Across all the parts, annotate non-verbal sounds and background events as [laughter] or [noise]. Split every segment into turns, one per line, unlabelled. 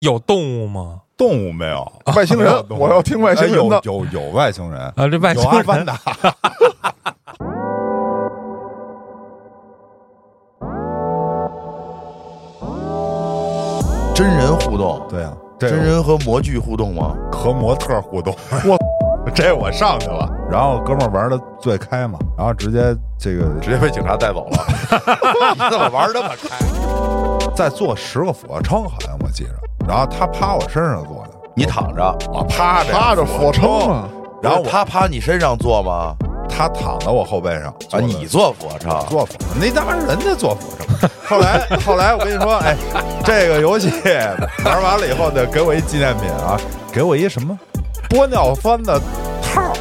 有动物吗？
动物没有，
外星人
啊没有，动物
我要听外星
哎
人的
有。哎有有外星人，
啊，这外
有
星
阿
人
凡达，
真人互动，
[laughs] 对啊，这
真人和模具互动吗？
和模特互动，我 [laughs] 这我上去了，然后哥们儿玩的最开嘛，然后 [laughs] 直接这个
直接被警察带走了。
[laughs]
你怎么玩那么开？
再做十个俯卧撑，好像我记着，然后他趴我身上做的，
你躺着，
我啊
啊
趴着
趴
趴
着
俯
俯卧
卧
撑
撑，
啊
然后
不是
我
他趴你身上坐吗？
他躺在我后背上
啊，你做俯卧撑，
做俯卧撑，那当然人家做俯卧撑。 [laughs] 后来后来我跟你说，哎，这个游戏玩完了以后呢，给我一纪念品啊，给我一什么玻尿酸的套儿。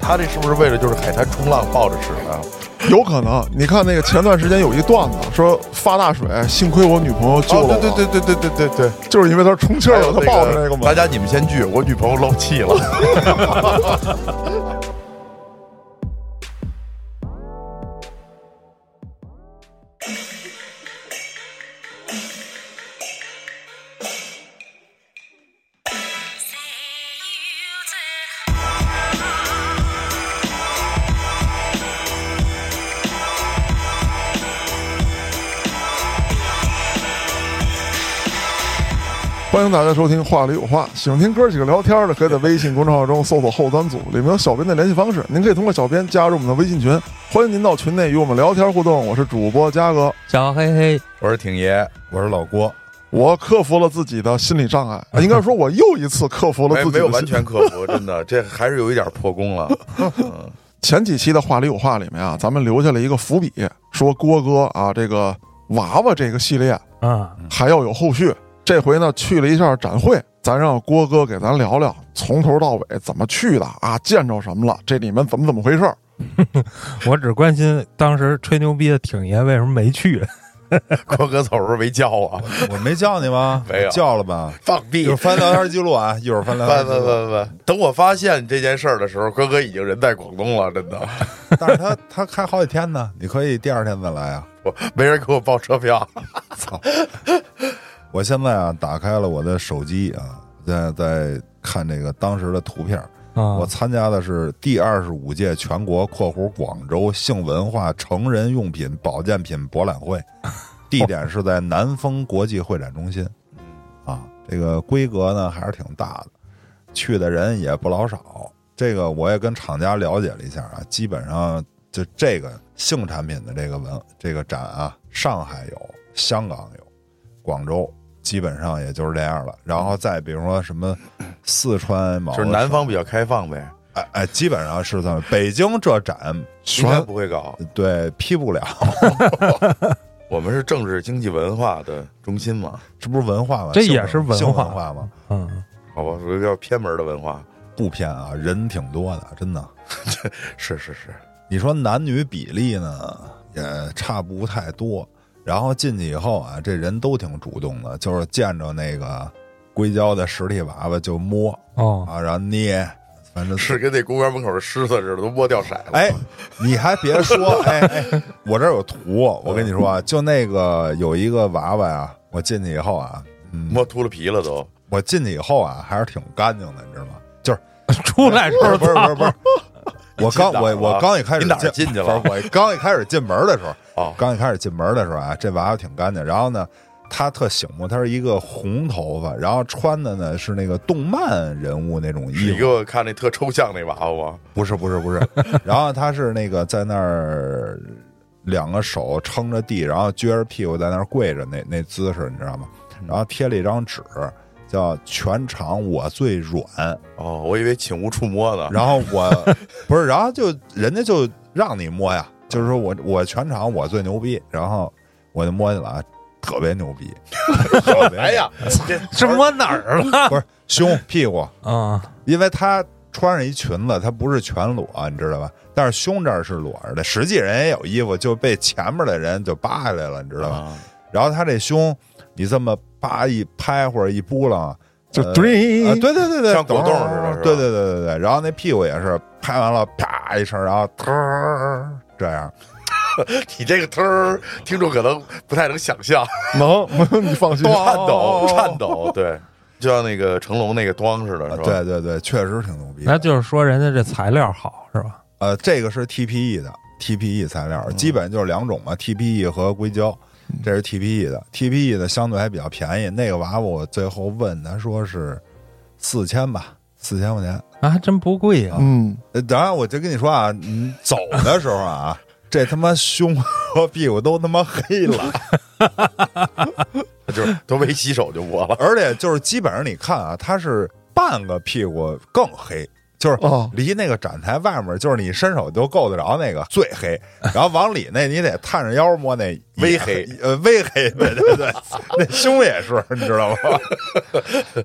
他这是不是为了就是海滩冲浪抱着使的？
有
有可能，你看那个前段时间有一段子说发大水，幸亏我女朋友救了我，
哦，对对对对对对对对，
就是因为她充气
还
儿
有
了，她抱着那个嘛
大。家你们先聚，我女朋友漏气了。
欢迎大家收听《话里有话》，喜欢听哥几个聊天的，可以在微信公众号中搜索“后端组”，里面有小编的联系方式，您可以通过小编加入我们的微信群，欢迎您到群内与我们聊天互动。我是主播嘉哥，
小黑黑，
[laughs] 我是挺爷，
我是老郭，
我克服了自己的心理障碍，啊应该说我又一次克服了
没
自己
哎没
的
有
心。
完全克服， [laughs] 真的，这还是有一点破功 [laughs] 了。
前几期的话里有话里面啊，咱们留下了一个伏笔，说郭哥啊这个娃娃这个系列
啊，
还要有后续。这回呢，去了一下展会，咱让郭哥给咱聊聊从头到尾怎么去的啊，见着什么了，这里面怎么怎么回事儿。
我只关心当时吹牛逼的挺爷为什么没去，
郭哥走时候没叫我，
我没叫你吗？
[laughs] 没有
叫了吧？
放
一
屁
会
[laughs]
儿！翻聊天记录啊，一会儿翻聊
不
天
不
记录。
不不，等我发现这件事儿的时候，郭哥已经人在广东了，真的， [laughs]
但是他他开好几天呢，你可以第二天再来啊。
我没人给我报车票。
我现在啊，打开了我的手机啊，现在在看这个当时的图片儿。
啊，
嗯我参加的是第二十五届全国（括弧广州）性文化成人用品保健品博览会，地点是在南丰国际会展中心。啊，这个规格呢还是挺大的，去的人也不老少。这个我也跟厂家了解了一下啊，基本上就这个性产品的这个文这个展啊，上海有，香港有，广州。基本上也就是这样了，然后再比如说什么四川、毛
啊就是南方比较开放呗，
哎哎，基本上是这么。北京这展
应该
悬
不会搞。
对批不了，
我们是政治经济文化的中心嘛，
这不是文化吗？
这
性
也是
文
文
性
化
化吗？
嗯，
好吧，属于比较偏门的文化。
不偏啊，人挺多的，真的。
是是是，
你说男女比例呢，也差不太多。然后进去以后啊，这人都挺主动的，就是见着那个硅胶的实体娃娃就摸
哦， [laughs]
啊，然后捏，反正
是跟那公园门口的狮子似的，都摸掉色了。
哎，你还别说，哎哎，我这儿有图，我跟你说啊，就那个有一个娃娃啊，我进去以后啊，嗯，
摸秃了皮了都。
我进去以后啊，还是挺干净的，你知道吗？就是
出来时
不是
候
不是不是不是，我刚
你进哪儿
我
了
我刚一开始
你哪儿进去了
不是我刚一开始进门的时候，
哦
刚一开始进门的时候啊，这娃娃挺干净。然后呢，他特醒目，他是一个红头发，然后穿的呢是那个动漫人物那种
你
衣
给
服，
我看那特抽象那娃娃吗？
不是不是不是。然后他是那个在那儿两个手撑着地，然后撅着屁股在那儿跪着那那姿势，你知道吗？然后贴了一张纸，叫“全场我最软”。
哦，我以为请勿触摸 [laughs] 呢。
然后我不是，然后就人家就让你摸呀，就是说我我全场我最牛逼，然后我就摸去了啊，特别牛逼，特别
哎呀，这
是摸哪儿了？
不是胸屁股，
啊，
因为他穿上一裙子，他不是全裸，你知道吧？但是胸这儿是裸着的，实际人也有衣服，就被前面的人就扒下来了，你知道吧？
[laughs] 啊
然后他这胸，你这么扒一拍或者一拨浪，
就
呃
对、
啊，对对对对，
像果冻似的是吧
对对对对对，然后那屁股也是拍完了，啪一声，然后嘚儿这样，
你这个嘚儿，听众可能不太能想象，
能，你放心。
颤抖，颤抖，对，就像那个成龙那个咣似的，是吧？
对对对，确实挺牛逼的。
那就是说人家这材料好是吧？
呃，这个是 TPE 的 TPE 材料，基本就是两种嘛，TPE 和硅胶，这是 TPE 的，TPE 的相对还比较便宜。那个娃娃我最后问他说是四千吧，四千块钱。
啊，还真不贵啊！
嗯，
呃当然，我就跟你说啊，你走的时候啊， [laughs] 这他妈胸和屁股都他妈黑了，
就是都没洗手就我了。
而且就是基本上你看啊，它是半个屁股更黑，就是
哦
离那个展台外面，就是你伸手就够得着那个最黑，然后往里那你得探着腰摸那
微黑，
呃，微黑，对对 [laughs] 对，那胸也是，你知道吗？ [laughs]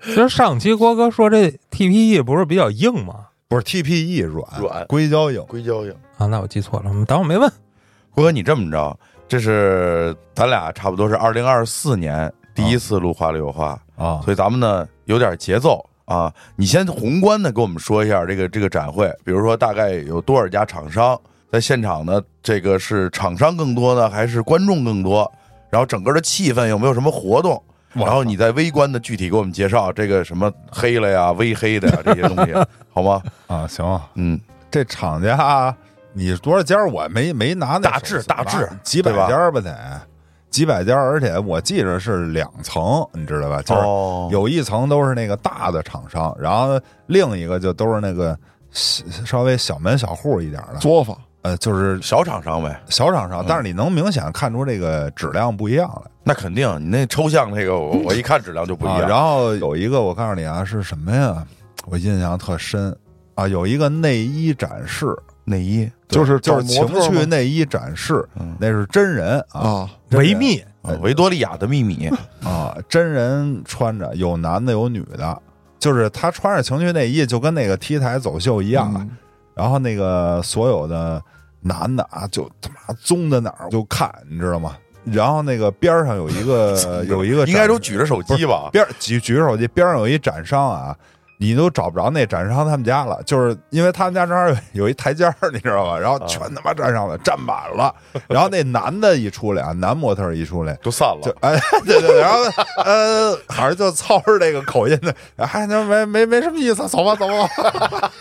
其实上期郭哥说这 TPE 不是比较硬吗？
不是 TPE 软
E 软
硅胶硬，
硅胶硬，
啊，那我记错了，当我没问。
郭哥，你这么着，这是咱俩差不多是二零二四年第一次录话里有话，
啊
所以咱们呢有点节奏啊。你先宏观的给我们说一下这个这个展会，比如说大概有多少家厂商在现场呢？这个是厂商更多呢，还是观众更多？然后整个的气氛有没有什么活动？
哇
然后你再微观的具体给我们介绍这个什么黑了呀、微黑的呀这些东西，好吗？
啊，行啊，
嗯，
这厂家啊你多少家儿我没没拿那
大
手
致
册
大致
几百
对吧
家儿吧得几百家儿，而且我记着是两层，你知道吧？就是
哦
有一层都是那个大的厂商，然后另一个就都是那个小稍微小门小户一点儿的，
作坊
呃，就是
小厂商呗，
小厂商，但是你能明显看出这个质量不一样来。
那肯定，你那抽象那个，
[laughs]
我我一看质量就不一
啊。
样。
然后有一个，我告诉你啊，是什么呀？我印象特深啊，有一个内衣展示，
内衣
对
就是
就
找
是情
模特
趣
吗
内衣展示
嗯，
那是真人啊
啊，
真
维
人
密
啊维多利亚的秘密，
啊，真人穿着，有男的有女的，就是他穿着情趣内衣，就跟那个 T 台走秀一样啊。
嗯
然后那个所有的男的啊，就他妈棕在哪儿就看，你知道吗？然后那个边儿上有一
[laughs]
个 [laughs] 有一个展，
应该都举着手机吧？
边儿举举着手机，边上有一展商啊，你都找不着那展商他们家了，就是因为他们家正好有有一台阶儿，你知道吧？然后
啊
全他妈站上了，站满了。然后那男的一出来啊，男模特儿一出来，
都散
就
了，
哎， [laughs] 对对对，然后呃，好像就操着这个口音的，哎，那没没没什么意思，走吧走吧。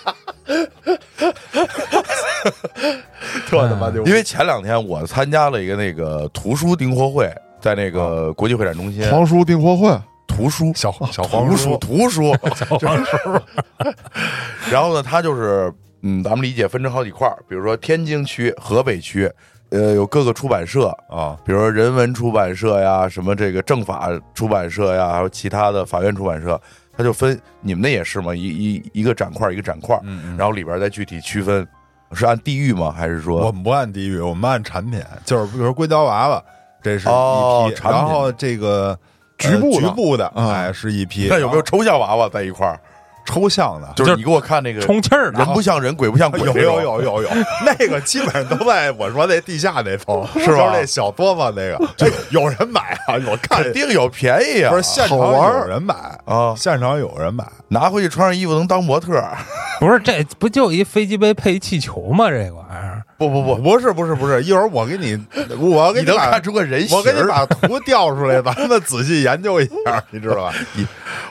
特他妈牛！嗯因为前两天我参加了一个那个图书订货会，在那
啊
个国际会展中心，
黄叔订货会，啊
图书
小小
图书图 [laughs] 书，
黄叔，
然后呢，它就是嗯，咱们理解分成好几块儿，比如说天津区、河北区，呃，有各个出版社，
啊，
比如说人文出版社呀，什么这个政法出版社呀，还有其他的法院出版社，它就分你们那也是吗？一一一个展块儿一个展块儿，
嗯嗯。
然后里边再具体区分，是按地域吗？还是
[laughs] 我
说
们不按地域，我们按产品，就是比如说硅胶娃娃，这是一批，
哦产品
然后这个
局部
呃
的
局部的，
嗯
哎，是一批。
那有没有抽象娃娃在一块儿？
抽象的？
啊就是你给我看那个
充气儿
人
的，
不像人，鬼不像鬼，
[laughs] 有有，有有有， [laughs] 那个基本上都在我说那地下那层，
是
就是
吧
那小作坊那个，哎，有人买啊，我看
肯定有便宜啊！
不是现场
好玩
有
儿
人买，
啊，
现场有人买，
拿回去穿上衣服能当模特儿？
不是这不就一飞机杯配一气球吗？这个玩意儿，
[laughs] 不不不，
不是不是不是，一会儿我给
[laughs]
你，我给
你能
把
看出个人形
我给你
儿
把图调出来，咱们仔细研究一
[laughs]
下，你知道吧？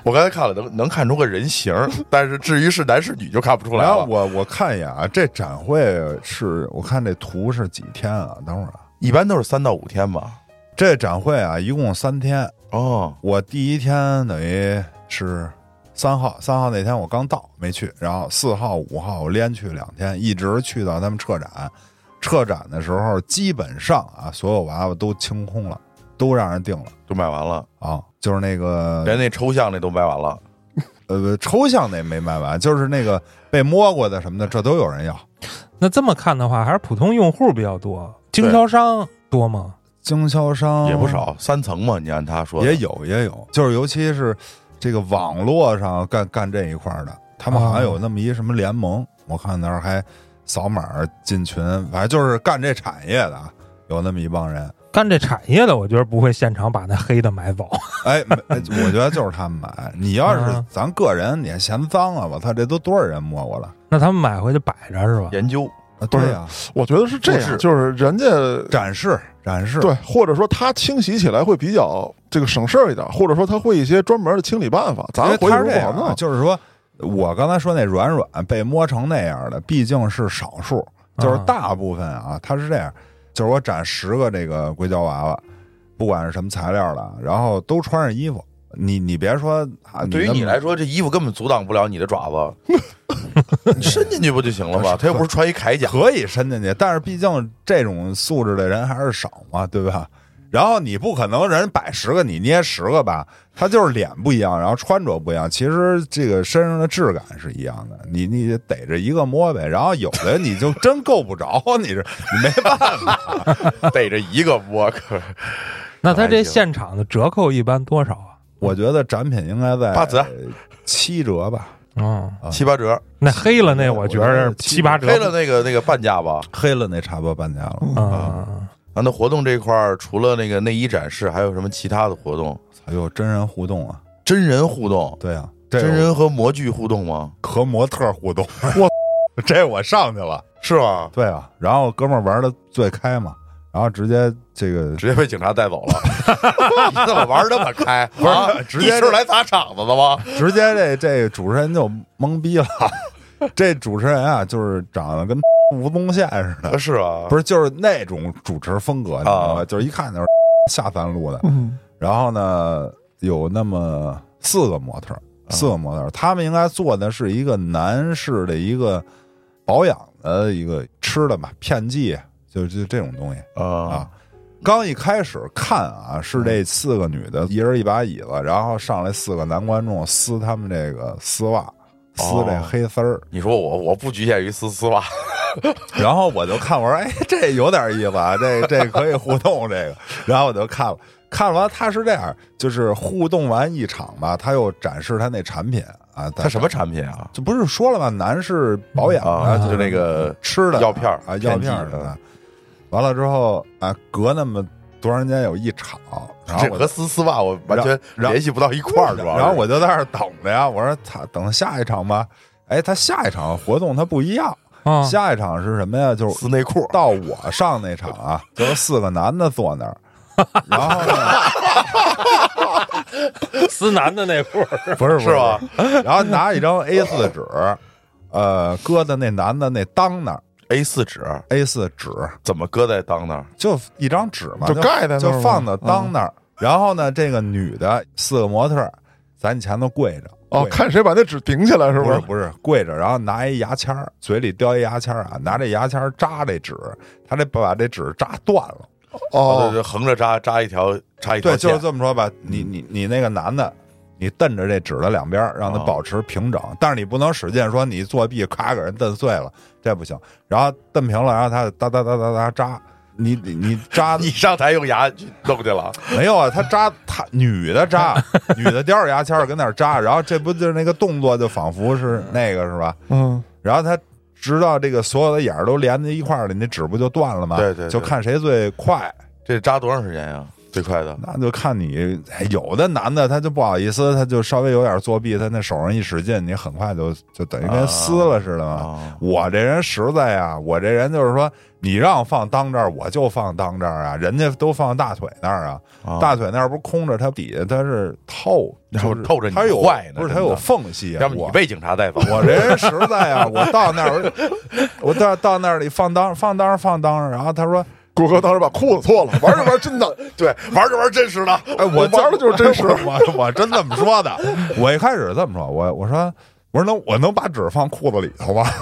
我刚才看了，能能看出个人形儿，但是至于是男是女就看不出来
然后
了。
我我看一眼啊，这展会是我看这图是几天啊？等会儿啊，
一般都是三到五天吧。
这展会啊一共三天，
哦，
我第一天等于是三号，三号那天我刚到没去，然后四号、五号我连去两天，一直去到他们撤展。撤展的时候，基本上啊，所有娃娃都清空了，都让人定了
都卖完了，
啊。就是那个
连那抽象那都卖完了。
呃抽象那没卖完，就是那个被摸过的什么的，这都有人要。
那这么看的话，还是普通用户比较多，经销商多吗？
经销商
也不，少，哦三层嘛，你按他说的
也有也有，就是尤其是这个网络上干干这一块儿的，他们好像有那么一什么联盟，我看那儿还扫码儿进群，反正就是干这产业的啊，有那么一帮人。
干这产业的，我觉得不会现场把那黑的买走。 [laughs]
哎，没哎我觉得就是他们买，你要是
啊
嗯
咱个人，你还嫌脏啊！我操，这都多少人摸过了？
那他们买回去摆着是吧？
研究，
啊对呀，
我觉得是这
不
样，
是
就是人家
展示展示，
对，或者说他清洗起来会比较这个省事儿一点，或者说他会一些专门的清理办法，咱
因为
回去
它是
不
这
好
样啊，
弄。
就是说我刚才说那软软被摸成那样的，毕竟是少数，就是
啊
大部分啊，它是这样，就是我展十个这个硅胶娃娃，不管是什么材料的，然后都穿上衣服。你你别说，啊、
对于
那
你
么
来说，这衣服根本阻挡不了你的爪子， [laughs] 你伸进去不就行了吗？他又 [laughs] 不是穿一铠甲， [laughs]
可以伸进去，但是毕竟这种素质的人还是少嘛，对吧？然后你不可能人摆十个你捏十个吧，他就是脸不一样，然后穿着不一样，其实这个身上的质感是一样的，你你逮着一个摸呗，然后有的你就真够不着， [laughs] 你是你没办法，
逮着一个窝可
那他这
还行
现场的折扣一般多少啊？
我觉得展品应该在
八折
七折吧，
嗯，
七八折，
那黑了那我
我
觉
觉得
得七八折，
啊黑了那个那个半价吧。
黑了那差不多半价
嗯
了，
啊，
啊，那活动这块儿除了那个内衣展示，还有什么其他的活动？
还有哎真人互动啊，
真人互动，
对啊，这
真人和模具互动吗？
和模特互动，我 [laughs] 这我上去了。
是吗？
[laughs] 对啊，然后哥们儿玩的最开嘛，然后直接这个
直接被警察带走
[laughs]
了，
你怎么玩这么开？
不
是直接
啊你是来砸场子的吗？
直接这这主持人就懵逼了。这主持人啊，就是长得跟 [laughs] 吴宗宪似的，
是啊，
不
是
是就是那种主持风格，你知道吧？
啊
就是一看就是 [laughs] 下三路的。
嗯，
然后呢，有那么四个模特儿，四个模特儿，他们应该做的是一个男士的一个保养的一个吃的嘛，片剂，就就这种东西。
啊
啊，刚一开始看啊，
嗯
是这四个女的，一人一把椅子，然后上来四个男观众撕他们这个丝袜，撕这
哦
黑丝儿。
你说我我不局限于丝
[laughs]
丝袜，
然后我就看，我说，哎，这有点意思啊，这这可以互动这个。然后我就看了，看完他是这样，就是互动完一场吧，他又展示他那产品啊，
它什么产品啊？
这不是说了吗？男士保养
啊，
的，
就那个
吃的
药片儿
啊，药片儿
片剂
的。完了之后啊，隔那么多长时间有一场，然后
这
我
和丝丝袜我完全
然后
联系不到一块儿，主要是
嗯然后我就在那儿等着呀，我说他等下一场吧。哎，他下一场活动他不一样，
啊
下一场是什么呀？就是
撕内裤，
到我上那场啊，就是四个男的坐那儿，然后呢，
思南的那裤儿，
不是不
是吧？
[laughs] 然后拿一张 A 四纸，呃，搁在那男的那裆那儿
A 四纸
A 四纸
怎么搁在裆那儿？
就一张纸嘛，
就盖在那儿
就
吗
放到裆那儿。然后呢，这个女的四个模特儿，咱前头跪着
哦，
跪着
看谁把那纸顶起来，是
不
不
是
是？
不是跪着，然后拿一牙签儿，嘴里叼一牙签儿啊，拿这牙签儿扎这纸，他这把这纸扎断了。
哦，
哦，
对，横着扎扎一条扎一条
对，就是
线，
这么说吧。你你你那个男的，你蹬着这纸的两边儿，让它
哦
保持平整，但是你不能使劲说你作弊，咔给人蹬碎了，这不行。然后蹬平了，然后他哒哒哒哒哒扎。你你你扎 [laughs]
你上台用牙去弄去了，
没有啊？他扎他女的
[laughs]
扎，女的叼着牙签儿跟那儿扎，然后这不就是那个动作就仿佛是那个是吧？
嗯，
然后他直到这个所有的眼儿都连在一块儿了，你纸不就断了吗？
对对对
就看谁最快，
这扎多长时间呀？最快的
那就看你。哎有的男的他就不好意思，他就稍微有点作弊，他那手上一使劲，你很快就就等于跟撕了似的嘛。
啊，
我这人实在呀、我这人就是说，你让放裆这儿，我就放裆这儿啊，人家都放大腿那儿啊，
啊
大腿那儿不是空着，它底下它是透，
然后
就是
[laughs] 透着你
它有
坏呢
不是它
真的
有缝隙啊，
要不
我
你被警察带走，
[laughs] 我这人实在啊，我到那儿， [laughs] 我到到那里放当放当放当，然后他说，
谷歌当时把裤子脱了，玩着玩真的，
对 [laughs] 玩着玩真实的，
哎，我
玩的就是真实
[laughs] 我我真这么说的。我一开始这么说，我我说我说能我能把纸放裤子里头吗？ [laughs]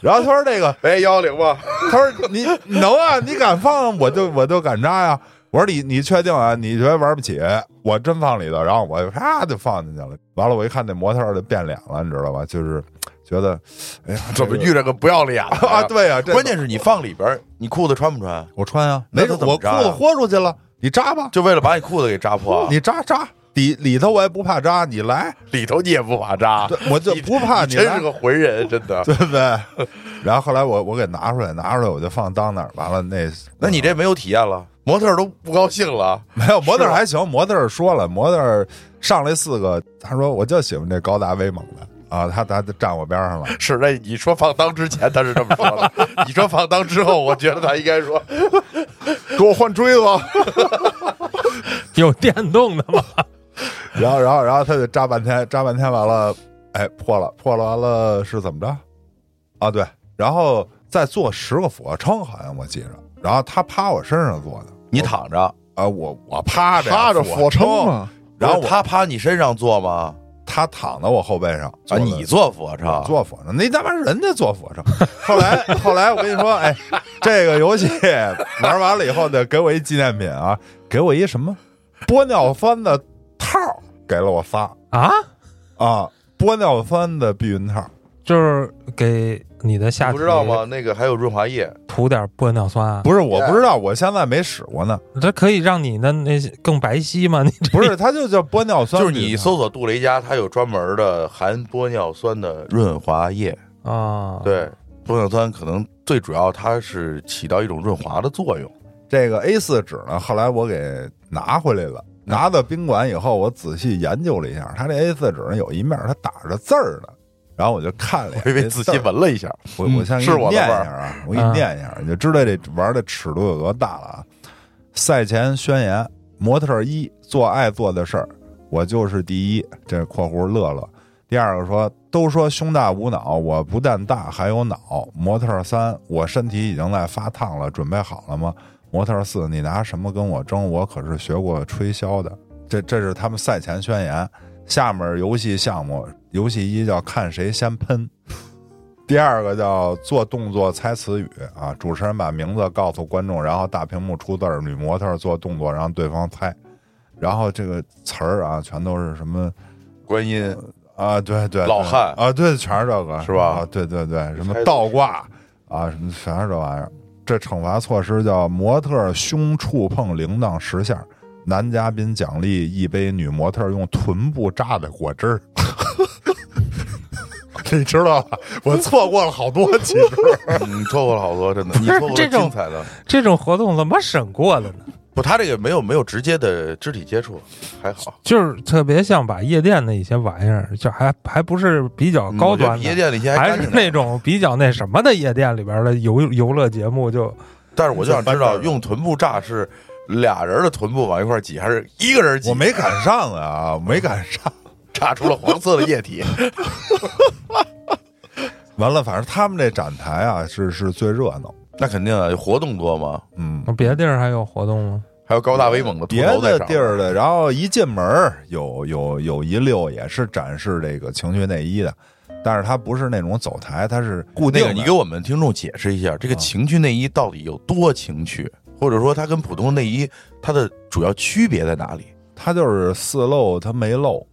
然后他说这个，
哎幺幺零吧，
他说你能啊，你敢放，我就我就敢扎呀。我说你你确定啊？你觉得玩不起？我真放里头，然后我就啪就放进去了。完了，我一看那模特儿就变脸了，你知道吧？就是觉得，哎呀，
怎么
这个
遇着个不要 [laughs] 脸的呀
[laughs] 啊？对 [laughs] 呀、这
关键是你放里边儿，你裤子穿不穿？
我穿啊，
那
没
他
准
怎么
我裤
扎呀
子豁出去了，你扎吧，
就为了把你裤子给扎破，啊
你扎扎底里头我也不怕扎，你来，
里头你也不怕扎，
对我就
你
不怕
你
你
真
来
是个浑人，真的。
对不对？然后后来我我给拿出来，拿出来我就放裆那儿，完了那嗯
那你这没有体验了，模特儿都不高兴了，
没有模特儿还行，模特儿说了，模特儿上来四个，他说我就喜欢这高大威猛的。啊，他他他站我边上了，
是那你说放当之前他是这么说 [laughs] 的，你说放当之后，我觉得他应该 [laughs] 说
给我换锥子。
[laughs] 有电动的 [laughs] 吗？
然后然后然后他就扎半天，扎半天完了，哎，破了，破了完了是怎么着？啊，对，然后再做十个俯卧撑，好像我记着，然后他趴我身上做的，
你躺着，
啊，我我趴着呀
趴着俯
俯
卧
卧
撑
撑，
嘛，
然后
不
我
是他趴你身上坐吗？
他躺在我后背上
啊，你做俯卧撑，
做俯卧撑，那他妈人家做俯卧撑。 [laughs] 后来后来我跟你说，哎，这个游戏 [laughs] 玩完了以后呢，给我一纪念品啊，给我一什么玻尿酸的套儿，给了我仨
啊，
啊，玻尿酸的避孕套儿。
就是给你的下
你
体
不知道吗？那个还有润滑液，
涂点玻尿酸啊，
不是，我不知道，我现在没使过呢。
这可以让你的那些更白皙吗？你这
不是，它就叫玻尿酸
就是
避
你
孕套，
搜索杜蕾佳，它有专门的含玻尿酸的润滑液。
啊，，
对，玻尿酸可能最主要它是起到一种润滑的作用。
这个 A 四纸呢，后来我给拿回来了。拿到宾馆以后，我仔细研究了一下，它这 A 四纸呢有一面它打着字儿呢，然后我就看了一眼
我
这字儿，
以为仔细闻了一下，
我
嗯
我先给
是
你
我的
念一
味儿
下啊，我给你念一下，你就知道这玩的尺度有多大了啊！赛前宣言：模特儿一做爱做的事儿，我就是第一。这括弧乐乐。第二个说，都说胸大无脑，我不但大还有脑。模特儿三，我身体已经在发烫了，准备好了吗？模特儿四，你拿什么跟我争？我可是学过吹箫的。这这是他们赛前宣言。下面游戏项目，游戏一叫看谁先喷，第二个叫做动作猜词语啊，主持人把名字告诉观众，然后大屏幕出字儿，女模特做动作让对方猜，然后这个词儿啊，全都是什么
观音
啊？对对，对
老汉
啊，对，全是这个
是吧
啊对对对，什么
猜字
倒挂啊，什么全是这玩意儿。这惩罚措施叫模特胸触碰铃铛十下，男嘉宾奖励一杯女模特用臀部榨的果
[laughs]
汁儿。 [laughs] 你知道吧？我错过了好多，其
[laughs]
实。
你嗯错过了好多，真的，你
是
错过了
这种
精彩的。
这种活动怎么审过的呢？
不，他这个没有没有直接的肢体接触，还好。
就是特别像把夜店的一些玩意儿，就还还不是比较高
嗯我觉得
端
比
的，
夜店里些还
还
干
是
净点
那种比较那什么的夜店里边的游游乐节目就，
但是我就想知
就翻
道，
身
用臀部炸是俩人的臀部往一块儿挤，还是一个人挤？
我没赶上啊，没赶上。
炸出了黄色的
[laughs]
液体。
完了，反正他们这展台啊是是最热闹，
那肯定啊，活动多吗？
嗯，
别的地儿还有活动吗？
还有高大威猛的秃
别
头在
的
上
地儿的，然后一进门儿有有有一溜也是展示这个情趣内衣的，但是它不是那种走台，它是固定
那
的。
个，你给我们听众解释一下，这个情趣内衣到底有多情趣，或者说它跟普通内衣它的主要区别在哪里？
它就是四漏它没漏，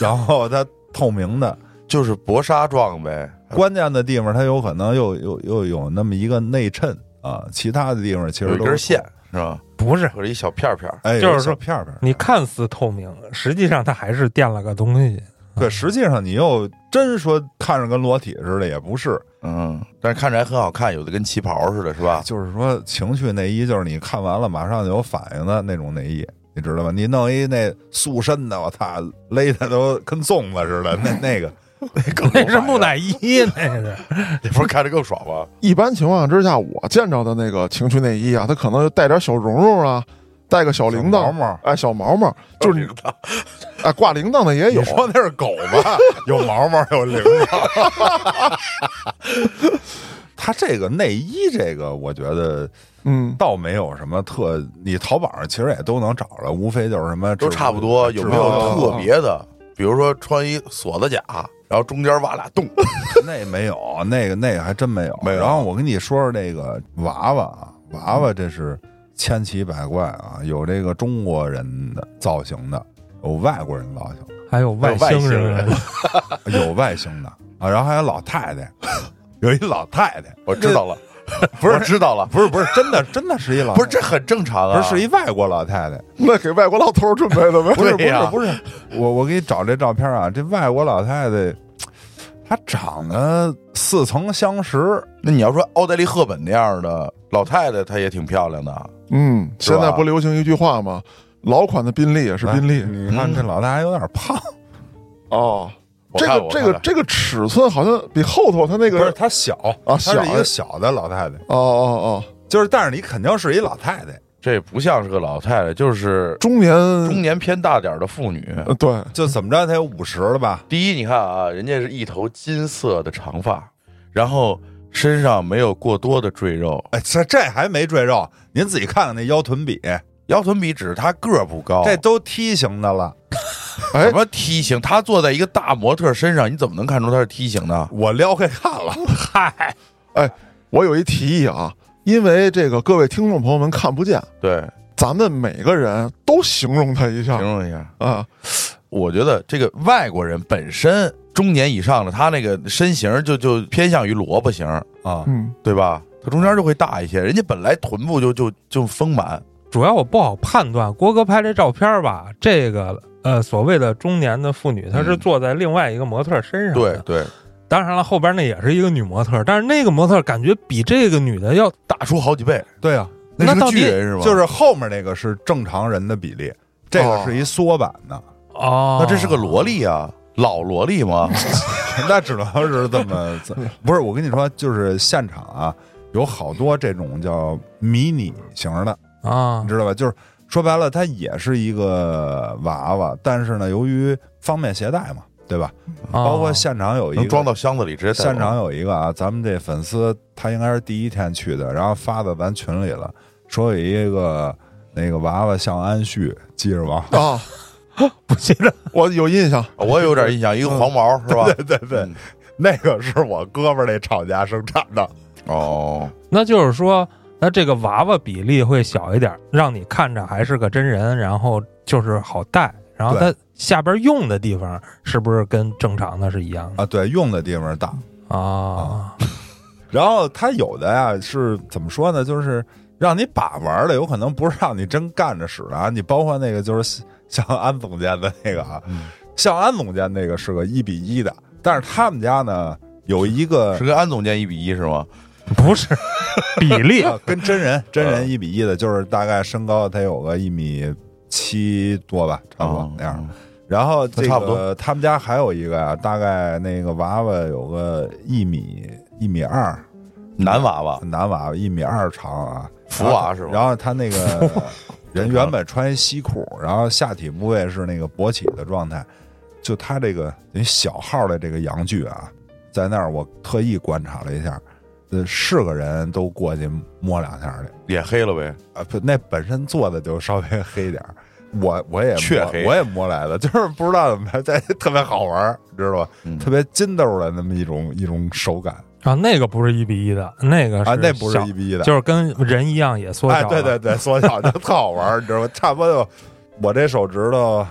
然后它透明的，
就是薄纱状呗。
关键的地方它有可能又又又有那么一个内衬啊，其他的地方其
有
实
一
都
根
是
线，是吧？
不是，
或者一小片儿片儿。
哎，
就是
有小
说
片儿片儿。
你看似透明，实际上它还是垫了个东西。
对，实际上你又真说看着跟裸体似的也不是，
嗯，但是看着还很好看，有的跟旗袍似的，是吧？
就是说情趣内衣，就是你看完了马上就有反应的那种内衣，你知道吧？你弄一那塑身的，我操，勒的都跟粽子似的，那那个
那是木乃伊，那
[laughs]
是
这不是看着更爽吗？
一般情况之下，我见着的那个情趣内衣啊，它可能就带点小绒绒啊，带个小铃
小毛
铛，
毛，
哎，小毛毛，就是你 [laughs] 哎挂铃铛的也有
你，说那是狗吧？有毛毛，有铃铛。 [laughs] 它这个内衣，这个我觉得
嗯，
倒没有什么特，你淘宝上其实也都能找着，无非就是什么
都
制服
差不多，有没有
哦
特别的？比如说穿一锁子甲，然后中间挖俩洞，
[laughs] 那没有，那个那个还真没有。
没有嗯
然后我跟你说说这个娃娃啊，娃娃这是千奇百怪啊，有这个中国人的造型的，有外国人造型
还有外星
还有外星
人
人。 [laughs]
的，有外星的啊，然后还有老太 [laughs] 太，有一老太太，
[laughs] 我知道了， [laughs] 不是知道了，
不是不是真
[laughs]
的真的是一老
不是这很正常啊，
不是是一外国老太太，
那给外国老头儿准备的呗。 [laughs]
不是不
对
是
呀
不是，我我给你找这照片啊，这外国老太太。她长得似曾相识，
那你要说奥黛丽·赫本那样的老太太，她也挺漂亮的，
嗯，
是吧
现在不流行一句话吗？老款的宾利也是宾利
哎你看这老大还有点胖，
哦，
我
这
看
个
我
这
看
个
看
这个尺寸好像比后头它那
不是
个
她小她
啊
是一
小的
个小的老太太，
哦哦哦，
就是但是你肯定是一老太太，
这不像是个老太太，就是
中年
中年偏大点儿的妇女。
呃对，
就怎么着，她有五十了吧？
第一，你看啊，人家是一头金色的长发，然后身上没有过多的赘肉，
哎，这这还没赘肉，您自己看看那腰臀比，
腰臀比只是她个儿不高，
哦
这都梯形的了。
哎
什么梯形？她坐在一个大模特身上，你怎么能看出她是梯形呢？
我撩开看了，
哦哎，我有一提议啊，因为这个各位听众朋友们看不见，
对，
咱们每个人都形容他一下
形容一下。
啊，
我觉得这个外国人本身中年以上的，他那个身形就就偏向于萝卜型，
啊，
嗯，
对吧？他中间就会大一些，人家本来臀部就就就丰满，
主要我不好判断郭哥拍这照片吧，这个呃所谓的中年的妇女，她是
嗯
坐在另外一个模特身
啊
上的。
对对，
当然了，后边那也是一个女模特，但是那个模特感觉比这个女的要
大出好几倍，
对啊，
那
是
到
个
底
巨人是吗？
就是后面那个是正常人的比例，这个是一缩版的，
哦，
那这是个萝莉啊，老萝莉
[laughs]
吗？
那只能是这
[laughs]
么。不是，我跟你说，就是现场啊，有好多这种叫迷你型的，
啊
你，知道吧？就是说白了，它也是一个娃娃，但是呢，由于方便携带嘛，对吧？
啊
包括现场有一
能
个
装到箱子里直接带走
现场有一个啊，咱们这粉丝他应该是第一天去的，然后发到咱群里了，说有一个那个娃娃像安旭，记着吧？
啊，
不记得
我有印象，
我有点印象，一个黄
[laughs]
毛是吧？
[laughs] 嗯对对对，
嗯
那个是我哥们儿那厂家生产的，
哦，
那就是说，那这个娃娃比例会小一点，让你看着还是个真人，然后就是好带，然后
对
它下边用的地方是不是跟正常的是一样的
啊，对，用的地方大。
啊？
然后他有的呀是怎么说呢？就是让你把玩的，有可能不是让你真干着使的啊。你包括那个就是像安总监的那个啊，
嗯
像安总监那个是个一比一的，但是他们家呢有一个
是跟安总监一比一是吗？
不是比
[laughs]
例
啊，跟真人真
嗯
人一比一的，就是大概身高得有个一米七多吧，差不多
嗯
那
哦
样。然后这
差不
个
多
他们家还有一个呀、大概那个娃娃有个一米一米二，
男娃娃，
男娃娃一米二长啊，
福娃是吧
嗯然后他
[laughs]
那个人原本穿一西裤，然后下体部位是那个勃起的状态，就他这个你小号的这个阳具啊，在那儿我特意观察了一下，呃，是个人都过去摸两下去。
脸黑了呗，
啊，不，那本身做的就稍微黑点儿，我我也
黢
摸
黑
我也摸来的，就是不知道怎么着，但特别好玩儿，知道吧？
嗯
特别筋斗的那么一种一种手感
啊，那个不是一比一的，那个
啊，那不是
小
一比一的，
就是跟人一样也缩小
哎，
了，
对对对，缩小就特好玩儿，你知道吗？差不多有我这手指头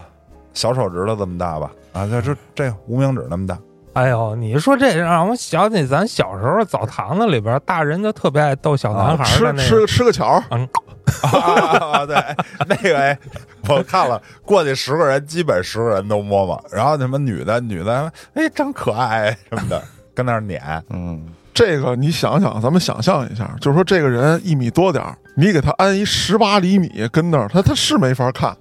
小手指头这么大吧，啊，就这这无名指那么大，
哎呦，你说这让我想起咱小时候澡堂子里边，大人就特别爱逗小男孩儿的
吃
那
吃
个，
个吃个巧儿，
嗯，
啊啊啊啊对，那个哎，我看了，过去十个人，基本十个人都摸摸，然后什么女的女的，哎，真可爱什么的，跟那儿撵。
嗯，
这个你想想，咱们想象一下，就是说这个人一米多点儿，你给他安一十八厘米跟那儿，他他是没法看。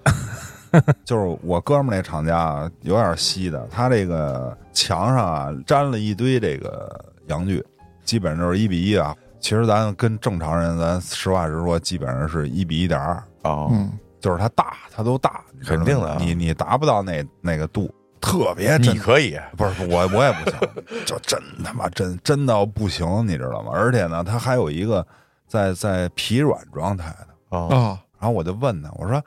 就是我哥们儿那厂家啊有点稀的，他这个墙上啊粘了一堆这个洋具，基本就是一比一啊。其实咱跟正常人，咱实话实说，基本上是一比一点二，
哦，
嗯，
就是它大，它都大，你知道吗
肯定的啊
你你达不到那那个度，特别
你
真。
可以，
不是我，我也不行， [laughs] 就真他妈真真到不行，你知道吗？而且呢，它还有一个在在疲软状态的。
哦，
啊，
然后我就问他，我说：“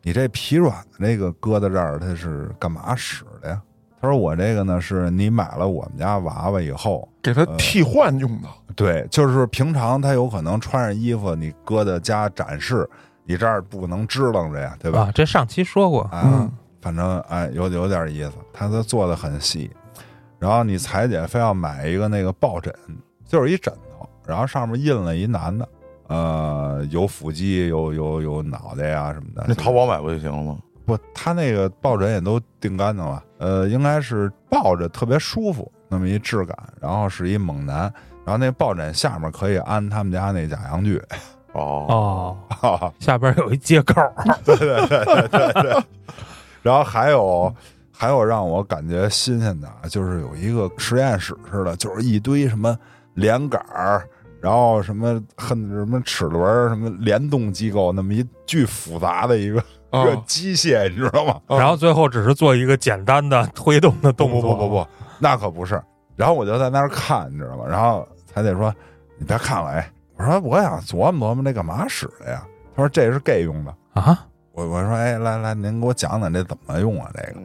你这疲软的这个搁在这儿，它是干嘛使的呀？”他说：“我这个呢，是你买了我们家娃娃以后，
给他替换用的。
对，就是平常他有可能穿上衣服，你搁在家展示，你这儿不能支棱着呀，对吧？
啊，这上期说过，
啊，
嗯
反正哎，有有点意思，他都做的很细。然后你裁剪非要买一个那个抱枕，就是一枕头，然后上面印了一男的，呃，有腹肌，有有有脑袋呀、什么的。
那淘宝买不就行了吗？
不，他那个抱枕也都定干净了，呃，应该是抱着特别舒服，那么一质感，然后是一猛男，然后那抱枕下面可以安他们家那假洋具， [laughs]
哦，
哦，下边有一接口儿，
然后还有还有让我感觉新鲜的啊，就是有一个实验室似的，就是一堆什么连杆儿，然后什么恨什么齿轮儿，什么联动机构，那么一巨复杂的一个、[laughs]
啊
一个机械，你知道吗？
啊
然后最后只是做一个简单的推动的动
哦
啊
不
作，
不不不，那可不是。然后我就在那儿看，你知道吗？然后彩姐说：“你别看了，哎。”我说：“我想琢磨琢磨这干嘛使的呀？”他说：“这是 gay 用的。
啊，”
我我说：“哎，来来，您给我讲讲这怎么用啊？这个。”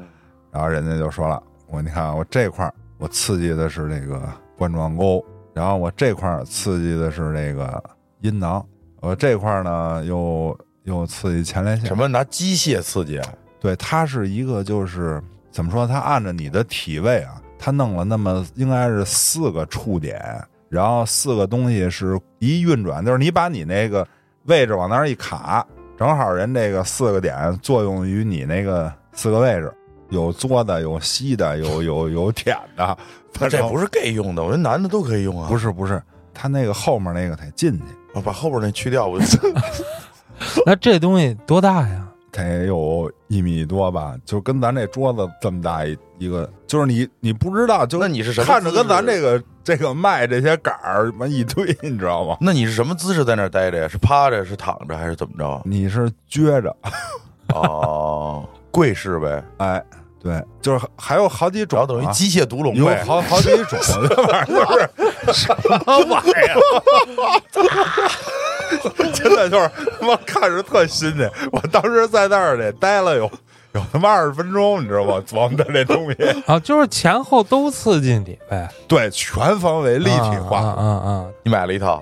然后人家就说了，我你看啊我这块儿我刺激的是这个冠状沟，然后我这块儿刺激的是这个阴囊，我这块儿呢又又刺激前列腺
什。么拿机械刺激啊？
对，它是一个就是怎么说，它按着你的体位啊，它弄了那么应该是四个触点，然后四个东西是一运转，就是你把你那个位置往那儿一卡，正好人这个四个点作用于你那个四个位置，有嘬的，有吸的，有有有舔的，反
这
正
不是 gay 用的，我觉得男的都可以用啊。
不是不是，它那个后面那个得进去，
我把后边那去掉，我就
那这东西多大呀？
得有一米多吧，就跟咱这桌子这么大一一个，就是你你不知道，就
那你是什么
看着跟咱
姿势
这个这个卖这些杆儿妈一堆，你知道吗？ [laughs]
那你是什么姿势在那儿待着呀？是趴着，是躺着，还是怎么
[laughs]
着？啊
你是撅着，
哦，跪式呗，
哎，对，就是还还有好几种、
然
啊，
后等于机械独龙
有
呗。
好好几种，这玩意儿就是
[laughs]
什 [laughs] 么玩意儿，真的就是他妈看着特新鲜。我当时在那儿得待了有有他妈二十分钟，你知道吗？ [laughs] 琢磨的这东西。
啊，就是前后都刺激你呗，
对，全方位立体化。
啊啊啊啊！
你买了一套，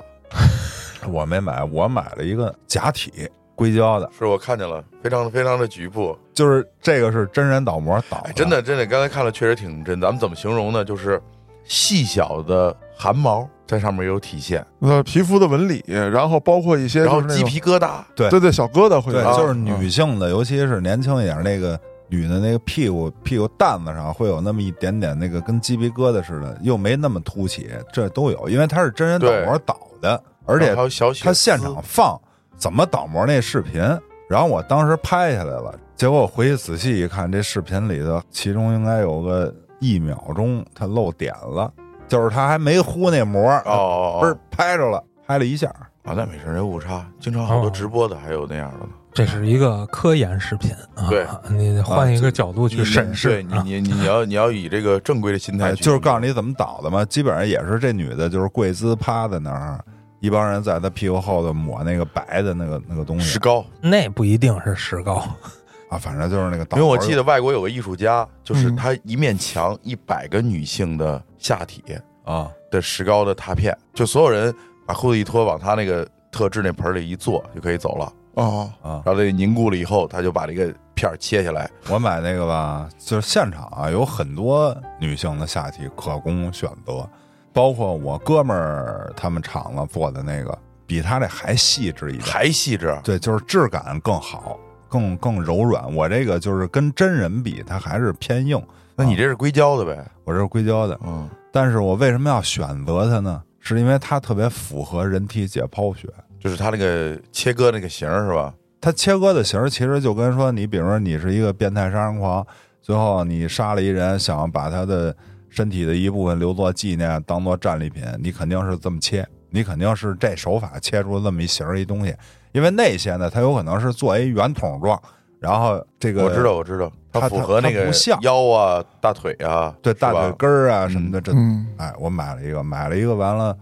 我没买，我买了一个假体硅胶的，
是我看见了，非常非常的局部。
就是这个是真人倒模倒的、
哎，真的真的，刚才看了确实挺真。咱们怎么形容呢？就是细小的汗毛在上面有体现，
呃，皮肤的纹理，然后包括一些
然后
就是那
鸡
种
皮疙瘩，
对
对对小疙瘩会
对
有，
就是女性的，尤其是年轻一点那个女的，那个屁股屁股蛋子上会有那么一点点那个跟鸡皮疙瘩似的，又没那么凸起，这都有，因为它是真人倒模倒的，而且
还有小血丝，
他现场放怎么倒模那视频，然后我当时拍下来了，结果我回去仔细一看，这视频里头其中应该有个一秒钟他漏点了，就是他还没糊那膜，
哦哦哦，
不是拍着了，拍了一下，
啊，那没事，那误差，经常好多直播的还有那样的呢。
这是一个科研视频啊，
对，
你得换一个角度去
你
审
嗯
视
对
啊。
你你你你要你要以这个正规的心态
哎，
去，
就是告诉你怎么倒的嘛，基本上也是这女的就是跪姿趴在那儿，一帮人在她屁股后头抹那个白的那个那个东
石
西
膏，
那不一定是石膏，
啊，反正就是那个倒
因
模，
为我记得外国有个艺术家，就是
嗯
他一面墙一百个女性的下体
啊，
的石膏的拓片，就所有人把裤子一脱，往他那个特制那盆里一坐就可以走了。
啊，
啊，
然后这凝固了以后，他就把这个片儿切下来，
我买那个吧，就是现场啊，有很多女性的下体可供选择，包括我哥们儿他们厂子做的那个，比他这还细致一点，
还细致。
对，就是质感更好，更更柔软。我这个就是跟真人比，它还是偏硬。
那你这是硅胶的呗？
我这是硅胶的，
啊嗯，
但是我为什么要选择它呢？是因为它特别符合人体解剖学。
就是他那个切割那个形儿是吧？
它切割的形儿其实就跟说你，比如说你是一个变态杀人狂，最后你杀了一人，想把他的身体的一部分留作纪念，当做战利品，你肯定是这么切，你肯定是这手法切出这么一形儿一东西。因为那些呢，它有可能是做一圆筒状，然后这个
我知道，我知道，
它
符合
它
那
它
个
不像
腰啊、大腿啊，
对
是吧
大腿根儿啊什么的，这
嗯，
哎，我买了一个，买了一个，完了，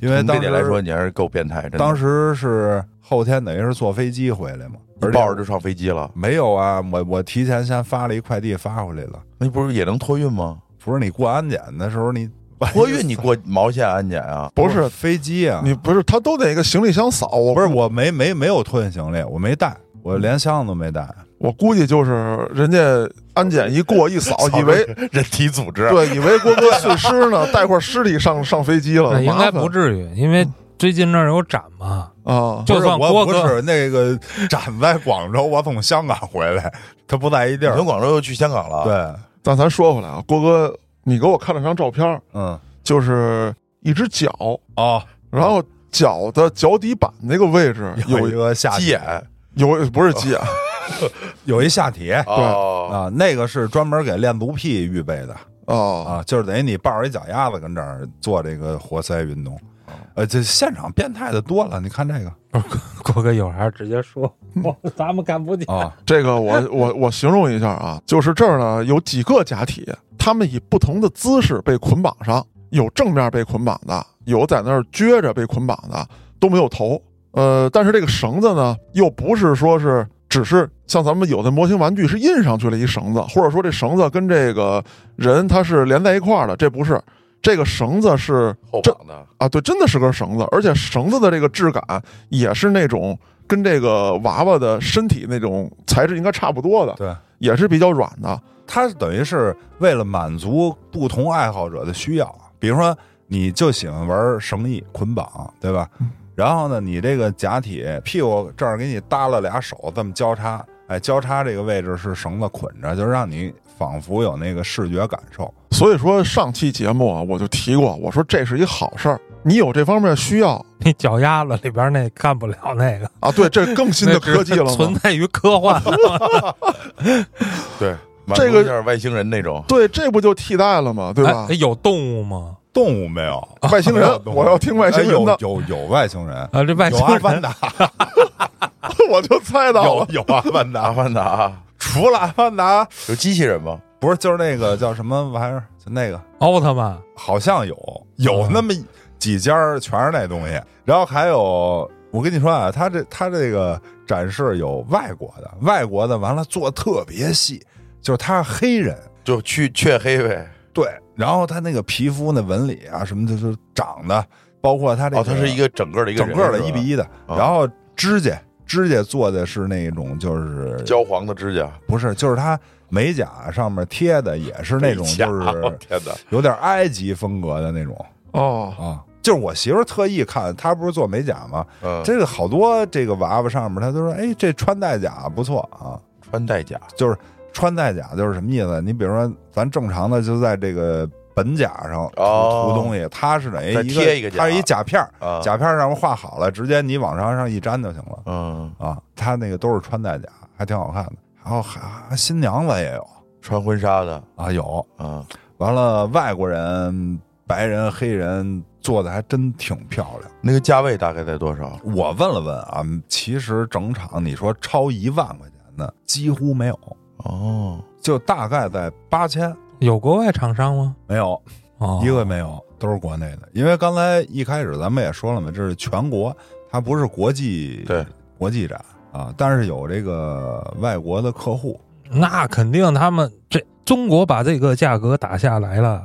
因为
从
当
这
时
点来说，你还是够变态。真的
当时是后天等于是坐飞机回来嘛，
你
而且
抱着就上飞机了，
没有啊，我我提前先发了一快递发回来了。
那不是也能托运吗？
不是你过安检的时候你
[laughs] 托运你过毛线安检啊？
不
不
是
是飞机啊？
你不是他都得一个行李箱扫，我
不是我没没没有托运行李，我没带，我连箱子都没带。
我估计就是人家安检一过一扫，以为
人体组织，
对，以为郭哥碎尸呢，带块尸体上上飞
呃
机了，
那应该
麻烦
不至于，因
嗯
为最近那儿有展嘛。
啊。
就算
不是
郭
我不
哥
是那个展在广州，我从香港回来，他不在一地
你
儿
从。广州又去香港了，，
对，
但咱说回来啊，郭哥，你给我看了张照片，
嗯，
就是一只脚，
哦，
然后脚的脚底板那个位置
有
有
一个下
鸡
体
眼
有不是鸡啊，
有一下体
哦，
啊，那个是专门给练足癖预备的
哦，
啊，就是等于你抱着一脚丫子跟这儿做这个活塞运动。
哦
呃，这现场变态的多了，你看这个
郭哥有啥直接说，我咱们干 [laughs] 不起。
啊，
这个我我我形容一下啊，就是这儿呢有几个假体，他们以不同的姿势被捆绑上，有正面被捆绑的，有在那儿撅着被捆绑的，都没有头。呃，但是这个绳子呢，又不是说是只是像咱们有的模型玩具是印上去了一绳子，或者说这绳子跟这个人它是连在一块儿的，这不是。这个绳子是
后
这
膀的，
啊，对，真的是根绳子，而且绳子的这个质感也是那种跟这个娃娃的身体那种材质应该差不多的，
对，
也是比较软的。
它等于是为了满足不同爱好者的需要，比如说你就喜欢玩绳艺捆绑，对吧？
嗯
然后呢，你这个假体屁股这儿给你搭了俩手，这么交叉，哎，交叉这个位置是绳子捆着，就让你仿佛有那个视觉感受。
所以说上期节目啊，我就提过，我说这是一好事儿，你有这方面需要
那脚丫子里边那干不了那个，
啊，对，这更新的
[laughs] 那只
科技了
存
嘛。
在于科幻。
对，满
这
足
个
一下外星人那
[laughs]
种，
对，这不就替代了嘛，对吧
哎，？有动物吗？
动物没有，
外星人，啊我要听外星人的
哎，有有有外星人，
啊，这外
有
星
阿
人
凡达，
我就猜到
有
了。
有阿凡
阿
达，
凡达
除了阿啊凡达，
[laughs] 有机器人吗？
不是就是那个叫什么玩意儿，就那个
奥特曼，
好像有有那么几家儿全是那东西，然后还有我跟你说啊，他这他这个展示有外国的，外国的完了做特别细，就是他是黑人，
就去雀黑呗。
对，然后他那个皮肤那纹理啊什么就是长的，包括他这个、
哦，它是一个整个的一个
整个的
人
一比一的，
啊
然后指甲指甲做的是那种就是
焦黄的指甲，
不是就是他美甲上面贴的也是那种
假
就
我
是
[laughs] 天哪！
有点埃及风格的那种。
哦，
啊，就是我媳妇儿特意看，她不是做美甲吗？
嗯，
这个好多这个娃娃上面，她都说，哎，这穿戴甲不错啊。
穿戴甲，
就是穿戴甲就是什么意思？你比如说，咱正常的就在这个本甲上涂、
哦
涂东西，它是等于
再
一
贴一个甲
它是一甲片儿，
啊
甲片儿上面画好了，直接你往上上一粘就行了
嗯，
啊。它那个都是穿戴甲，还挺好看的。然后还新娘子也有
穿婚纱的，
啊，有
嗯，
完了，外国人、白人、黑人做的还真挺漂亮。
那个价位大概在多少？
我问了问啊，其实整场你说超一万块钱的几乎没有，
哦，
就大概在八千，
有国外厂商吗？
没有
哦，
一个没有，都是国内的。因为刚才一开始咱们也说了嘛，这是全国，它不是国际
对
国际展啊，但是有这个外国的客户，
那肯定他们这中国把这个价格打下来了，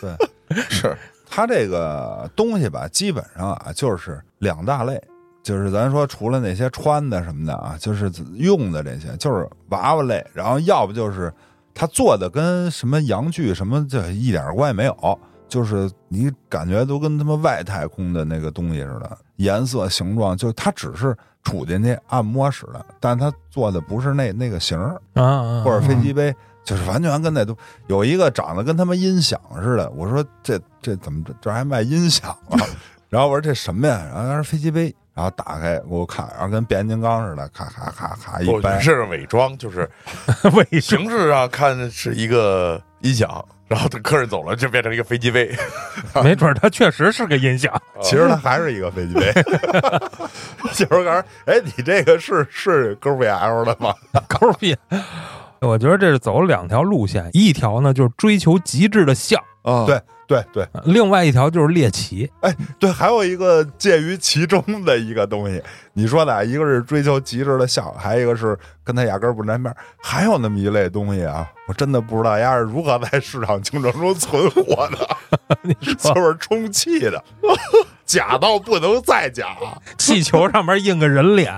对。
是
它这个东西吧，基本上啊就是两大类，就是咱说除了那些穿的什么的啊，就是用的这些，就是娃娃类，然后要不就是它做的跟什么洋剧什么这一点关系没有，就是你感觉都跟他妈外太空的那个东西似的，颜色形状，就它只是杵进去按摩使的，但它做的不是那那个型儿，
啊啊，
或者
[laughs]
飞机杯，就是完全跟那都有一个长得跟他们音响似的。我说这这怎么这这还卖音响 [laughs] 啊？然后我说这什么呀？然后他说飞机杯，然后打开给我看，然后跟变形金刚似的，咔咔咔咔一
不
掰，
是伪装，就是
为什
[laughs]
么
形式上看是一个音响，然后等客人走了就变成一个飞机杯。
没准儿它确实是个音响，
其实它还是一个飞机 [laughs] 杯。媳妇儿告诉我哎，你这个是是 g v L 的吗？
狗屁！我觉得这是走了两条路线，一条呢就是追求极致的像，
啊，
对对对
另外一条就是猎奇。
对，还有一个介于其中的一个东西，你说的啊，一个是追求极致的笑，还有一个是跟他压根儿不沾边儿，还有那么一类东西啊，我真的不知道丫是如何在市场竞争中存活的，
[laughs] 你说
[laughs] 就是充气的，假到不能再假。
气球上面印个人脸，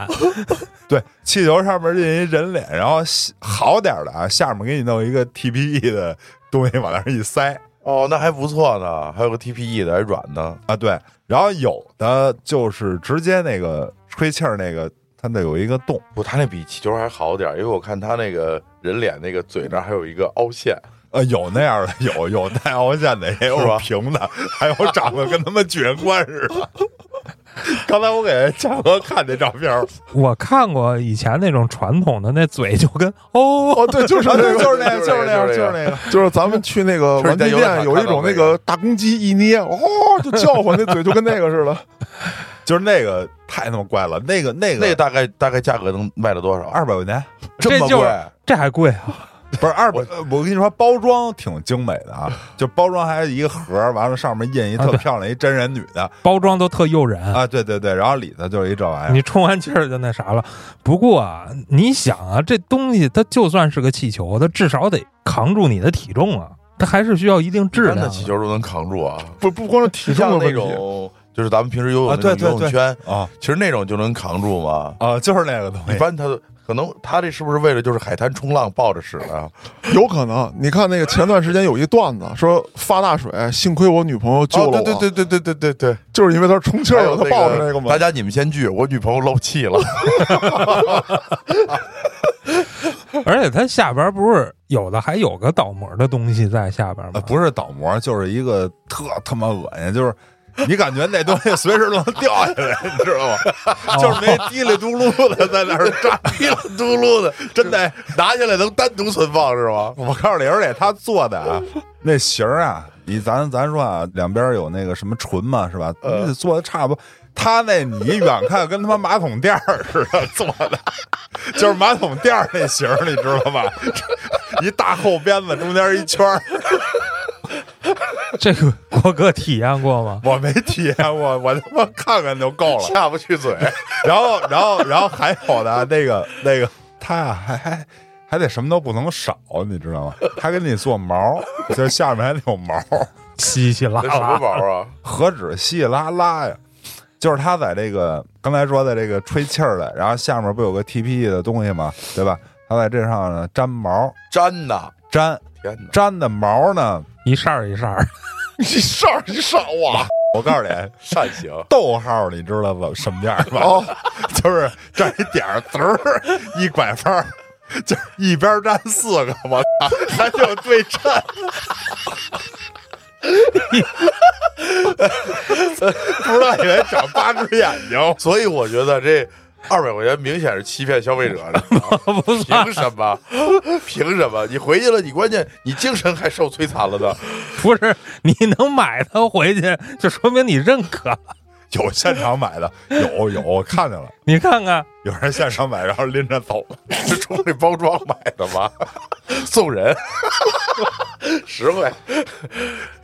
对，气球上面印一人脸，然后好点儿的啊，下面给你弄一个 TPE 的东西往那儿一塞，
哦，那还不错呢，还有个 TPE 的，还软呢。
啊，对，然后有的就是直接那个吹气儿那个，它那有一个洞，
不，他那比气球还好点儿，因为我看他那个人脸那个嘴那儿还有一个凹陷。
呃，有那样的，有有带凹陷的，也
是
有
吧
平的，还有长得跟他妈巨人观似的。
刚才我给嘉哥看那照片儿，
我看过以前那种传统的，那嘴就跟哦，
哦，对，就
[laughs]
是
啊
那
对，
个，
就是那样，
就是
就是那样，
这个
就是那个。
就是咱们去那
就
个
是
玩具
在游乐
店，
场
有一
看到
种那
那
个大公鸡一捏，哦，就叫唤，那嘴就跟那个似的。
就是那个太他妈怪了，那个那
那
个
大概大概价格能卖到多少？
二百块钱，
这
么
就
贵？
[laughs] 这还贵啊！
不是二百。呃我跟你说，包装挺精美的啊，就包装还是一个盒儿，完了上面印一
啊
特
对啊
漂亮一真人女的
包装都特诱人。
啊，对对对，然后里头就是一这玩意
你
儿，
充完气儿就那啥了。不过啊，你想啊，这东西它就算是个气球，它至少得扛住你的体重啊，它还是需要一定质量
的
的。
气球都能扛住啊！
不不光是体
你
重的
像那
问题，
种，就是咱们平时游
啊
泳
对
那种游
对对
泳圈，
啊
其实那种就能扛住吗？
啊，就是那个东
一
西。
般它可能它这是不是为了就是海滩冲浪抱着使的？啊
有可能。你看那个前段时间有一段子说发大水，幸亏我女朋友救了我，
哦对对哦对对对对对对，
就是因为她充气
还
儿
有
了，她
那
抱着那个嘛
大。家你们先聚，我女朋友漏气 [laughs] 了。
而且它下边不是有的还有个倒模的东西在下边吗？
呃，不是倒模，就是一个特他妈恶心，就是你感觉那东西随时都能掉下来，你知道吗？
[laughs]
就是没滴里嘟噜的在那儿站，
滴了嘟噜的，真的拿下来能单独存放是吗？ [laughs]
我告诉你，而且他做的啊，那形儿啊，你咱咱说啊，两边有那个什么唇嘛，是吧？
呃
你得做的差不多。他那你远看跟他妈马桶垫儿似的做的，就是马桶垫儿那形儿，你知道吧？ [laughs] 一大厚鞭子，中间一圈儿，
这个郭哥体验过
[laughs]
吗？
我没体验过，我他妈看看就够了。
下不去 [laughs] 嘴，
[laughs] 然后，然后，然后还有的啊那个 [laughs] 那个，他呀、还还还得什么都不能少，你知道吗？他给你做毛，就是下面还得有毛。
稀稀拉
这什么
拉，
宝 [laughs] 啊？
何止稀里拉拉呀？就是他在这个刚才说的这个吹气儿的，然后下面不有个 TPE 的东西吗？对吧？他在这上呢粘毛，
粘的，
粘
天 [laughs] 哪！
粘的毛呢，
一扇儿一扇儿。 [laughs]
一上一上 [laughs] 哇，
我告诉你，
扇形，
逗号你知道吧什么样吧？哦， [laughs] 就是这一点儿嘚儿一拐弯儿，就是一边粘四个，我操，还就对称。 [laughs] 不知道以为长八只眼睛，
所以我觉得这二百块钱明显是欺骗消费者的，凭什么？凭什么？你回去了，你关键你精神还受摧残了呢。
不是你能买它回去，就说明你认可了。
有现场买的，有有我看见了，
你看看，
有人现场买，然后拎着走了。
是冲这包装买的吗？ [laughs] 送人， [laughs] 实惠。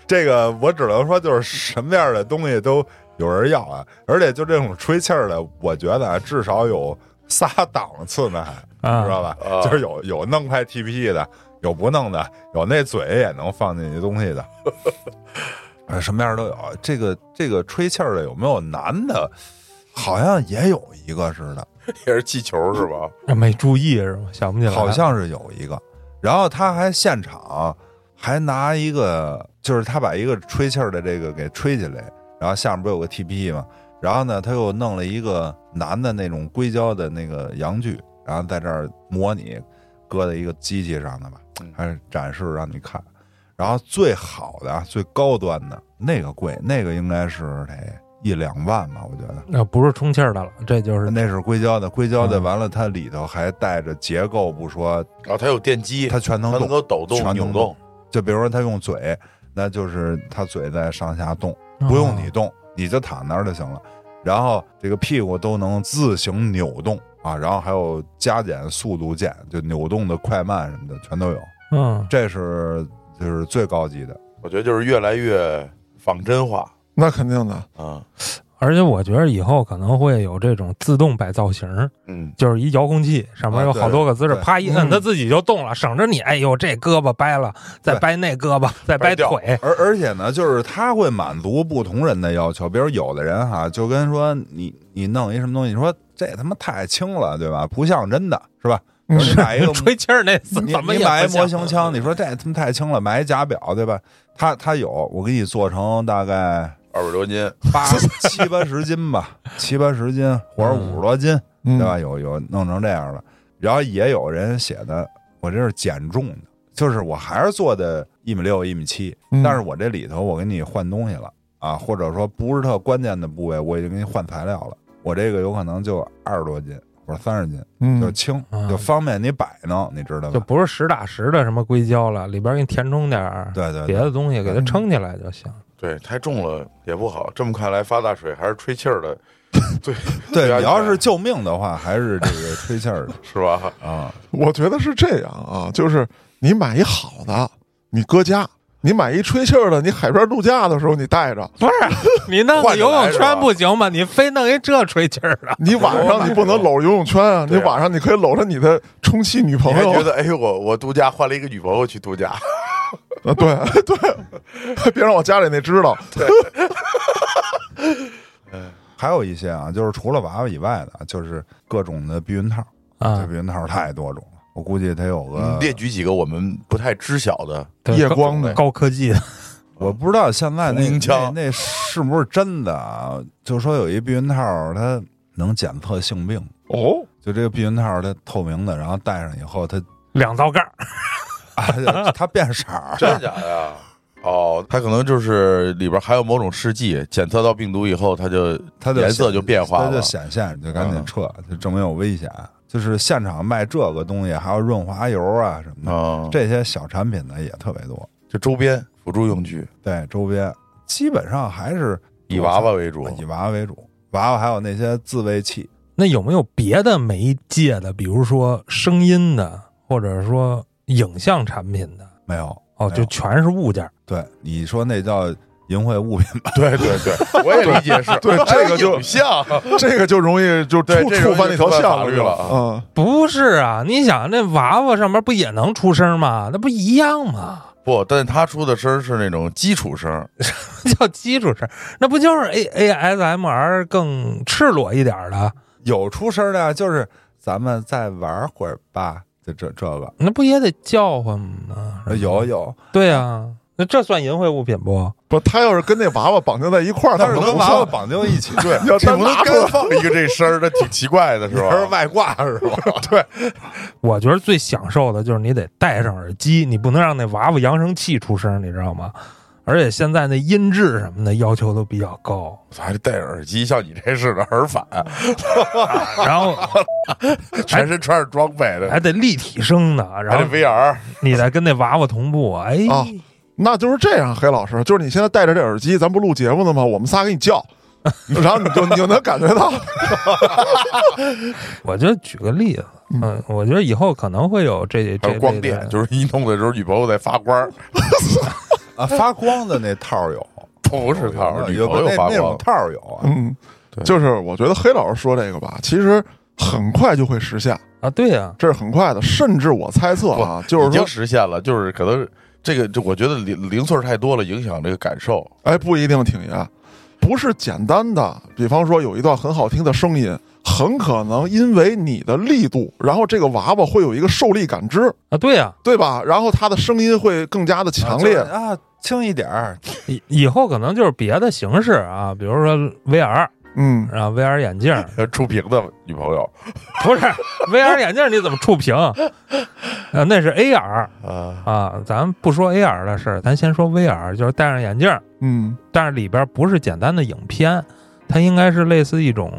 这个我只能说，就是什么样的东西都有人要啊，而且就这种吹气儿的，我觉得啊，至少有仨档次呢，还、
啊
知道吧？
啊
就是有有弄块 TP 的，有不弄的，有那嘴也能放进去东西的，呃，什么样都有。这个这个吹气儿的有没有男的？好像也有一个似的，
也是气球是吧？
没注意是吗？想不起来了，
好像是有一个。然后他还现场还拿一个，就是他把一个吹气儿的这个给吹起来，然后下面不有个 TPE 嘛，然后呢他又弄了一个男的那种硅胶的那个阳具，然后在这儿模拟搁在一个机器上的吧
嗯，
还是展示让你看。然后最好的啊、最高端的那个贵，那个应该是得一两万吧，我觉得。
那啊不是充气儿的了，这就是
那是硅胶的，硅胶的
嗯
完了，它里头还带着结构不说，
然后它有电机，
它全能
它
动
能。够抖
全
动、
能
扭动
动。就比如说他用嘴，那就是他嘴在上下动，
哦
嗯不用你动，你就躺那儿就行了。然后这个屁股都能自行扭动啊，然后还有加减速度键，就扭动的快慢什么的全都有。
嗯，
这是就是最高级的，
我觉得就是越来越仿真化
那肯定的，
啊，
而且我觉得以后可能会有这种自动摆造型儿，
嗯，
就是一遥控器，上面
啊
有
对
好多个姿势，
对
啪一摁，
嗯
它自己就动了，省着你，哎呦，这胳膊掰了，再
对
掰那胳膊，再
掰
掰
掉
腿，
而而且呢，就是他会满足不同人的要求，比如有的人哈，就跟说你你弄一什么东西，你说这他妈太轻了，对吧？不像真的，是吧？
嗯
你买一个
[laughs] 吹气儿那怎
你
么
你
也
买
不
一模
像啊
型枪，你说这他妈太轻了，买一假表对吧？他他有，我给你做成大概
二百多斤，
[laughs]
八七八十斤吧，七八十斤或者五十多斤，
嗯
对吧？有有弄成这样的，然后也有人写的，我这是减重的，就是我还是做的一米六一米七，
嗯
但是我这里头我给你换东西了，啊，或者说不是特关键的部位，我已经给你换材料了。我这个有可能就二十多斤或者三十斤，就
嗯，
轻，
嗯
就方便你摆弄，你知道
就
吧？
不是实打实的什么硅胶了，里边给你填充点儿
对对
别
对，嗯
的东西，给它撑起来就行。
对，太重了也不好。这么看来，发大水还是吹气 [laughs] 儿的，对
对你要是
是
救命的话，还是这个吹气
[laughs]
儿的
是吧？
啊。
我觉得是这样啊，就是你买一好的，你搁家；你买一吹气儿的，你海边度假的时候你带着，
你弄个
换着
游
来
泳
是吧
圈不行吗？你非弄一这吹气儿的，
你晚上你不能搂着游泳圈啊，你
对啊
晚上你可以搂着你的充气女
你
朋
还
友
觉得哎，我我度假换了一个女朋友去度 [laughs] 假，
啊， [laughs] 对对，别让我家里那
[laughs]
知道。
还有一些啊，就是除了娃娃以外的，啊就是各种的避孕套，这
啊，
避孕套太多种了，我估计得有个
你列举几个我们不太知晓的。
对
夜
高
光的
高科技的，
我不知道现在
红
那
缨
那
枪
那是不是真的啊？就说有一避孕套，它能检测性病。
哦，
就这个避孕套，它透明的，然后戴上以后，它 [laughs]
两道杠儿，
啊，它变色儿。
真假呀？ [laughs] 哦，它可能就是里边含有某种试剂，检测到病毒以后，它就
它就
颜色就变化
它就
了。嗯
显现，就赶紧撤，就证明有危险。就是现场卖这个东西，还有润滑油啊什么的，
啊，
这些小产品呢也特别多。
这周边辅助用具
对，周边基本上还是
以娃娃为主
我，哦以娃娃为主，娃娃还有那些自慰器，
那有没有别的媒介的，比如说声音的，或者说影像产品的？
没有
哦，
没
就
有
全是物件儿。
对你说那叫淫秽物品吧？ [laughs]
[laughs] 对对 [laughs] 对，我也理解是
对这个就
影像，
这个就容易就触
对这
触
容易
犯那条
触犯
线
法律
就
了啊
嗯，
不是啊，你想那娃娃上面不也能出声吗？那不一样吗？[laughs]
[laughs] 不，但是它出的声儿是那种基础声儿，
叫基础声，那不就是 A A S M R 更赤裸一点儿的？
有出声的，就是咱们再玩会儿吧，就这这个
那不也得叫唤吗？
有有，
对啊，那这算淫秽物品不？
不，他要是跟那娃娃绑定在一块儿，他
但
可
是
能
跟
不
娃娃
算。
绑定一起，
[laughs] 对，
要
这
单
不能
拿出
干
来
[laughs] 放一个这声儿，那挺奇怪的是
你是
吧？
外挂是吧？
对，
我觉得最享受的就是你得戴上耳机，你不能让那娃娃扬声器出声，你知道吗？而且现在那音质什么的要求都比较高，
还戴着耳机，像你这似的耳返，
然后
全身穿着装备的，
还得立体声呢，然 [laughs]
还得
后
VR，
你再跟那娃娃同步，哎，
啊那就是这样，黑老师，就是你现在戴着这耳机，咱不录节目呢吗？我们仨给你叫，然后你就你就能感觉
[laughs]
到，
我就举个例子，嗯，我觉得以后可能会有这
还
这
有光电，
是
就是一弄的时候女朋友在发光儿，
啊，发光的那套儿有，
不是套儿，女
啊有
朋
那
友发
那种
光。
套儿有啊，
嗯，就是我觉得黑老师说这个吧，其实很快就会实现，
啊，对呀、
这是很快的，甚至我猜测啊，就是
已经
说，
实现了，就是可能这个，就我觉得零零碎儿太多了，影响这个感受。 [laughs]
哎，不一定挺爷，不是简单的，比方说有一段很好听的声音，很可能因为你的力度，然后这个娃娃会有一个受力感知，
啊，对呀、
对吧？然后它的声音会更加的强烈，
啊就是啊，轻一点儿，
以以后可能就是别的形式啊，比如说 VR
嗯，
啊，VR 眼镜 [laughs] 儿，
触屏的女朋友
不是 VR 眼镜儿你怎么触屏？啊，那是 AR
啊，
啊，咱不说 AR 的事儿，咱先说 VR，就是戴上眼镜儿，
嗯，
但是里边不是简单的影片，它应该是类似一种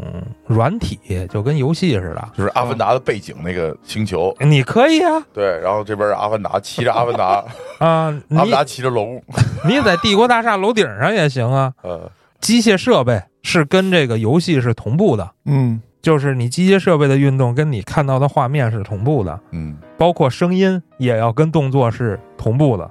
软体，就跟游戏似的。
就是《阿凡达》的背景那个星球，
你可以啊
对，然后这边是阿凡达骑着阿凡达，
[laughs] 啊，你
阿凡达骑着龙，
你在帝国大厦楼顶上也行啊。
呃，
机械设备是跟这个游戏是同步的，
嗯，
就是你机械设备的运动跟你看到的画面是同步的，
嗯，
包括声音也要跟动作是同步的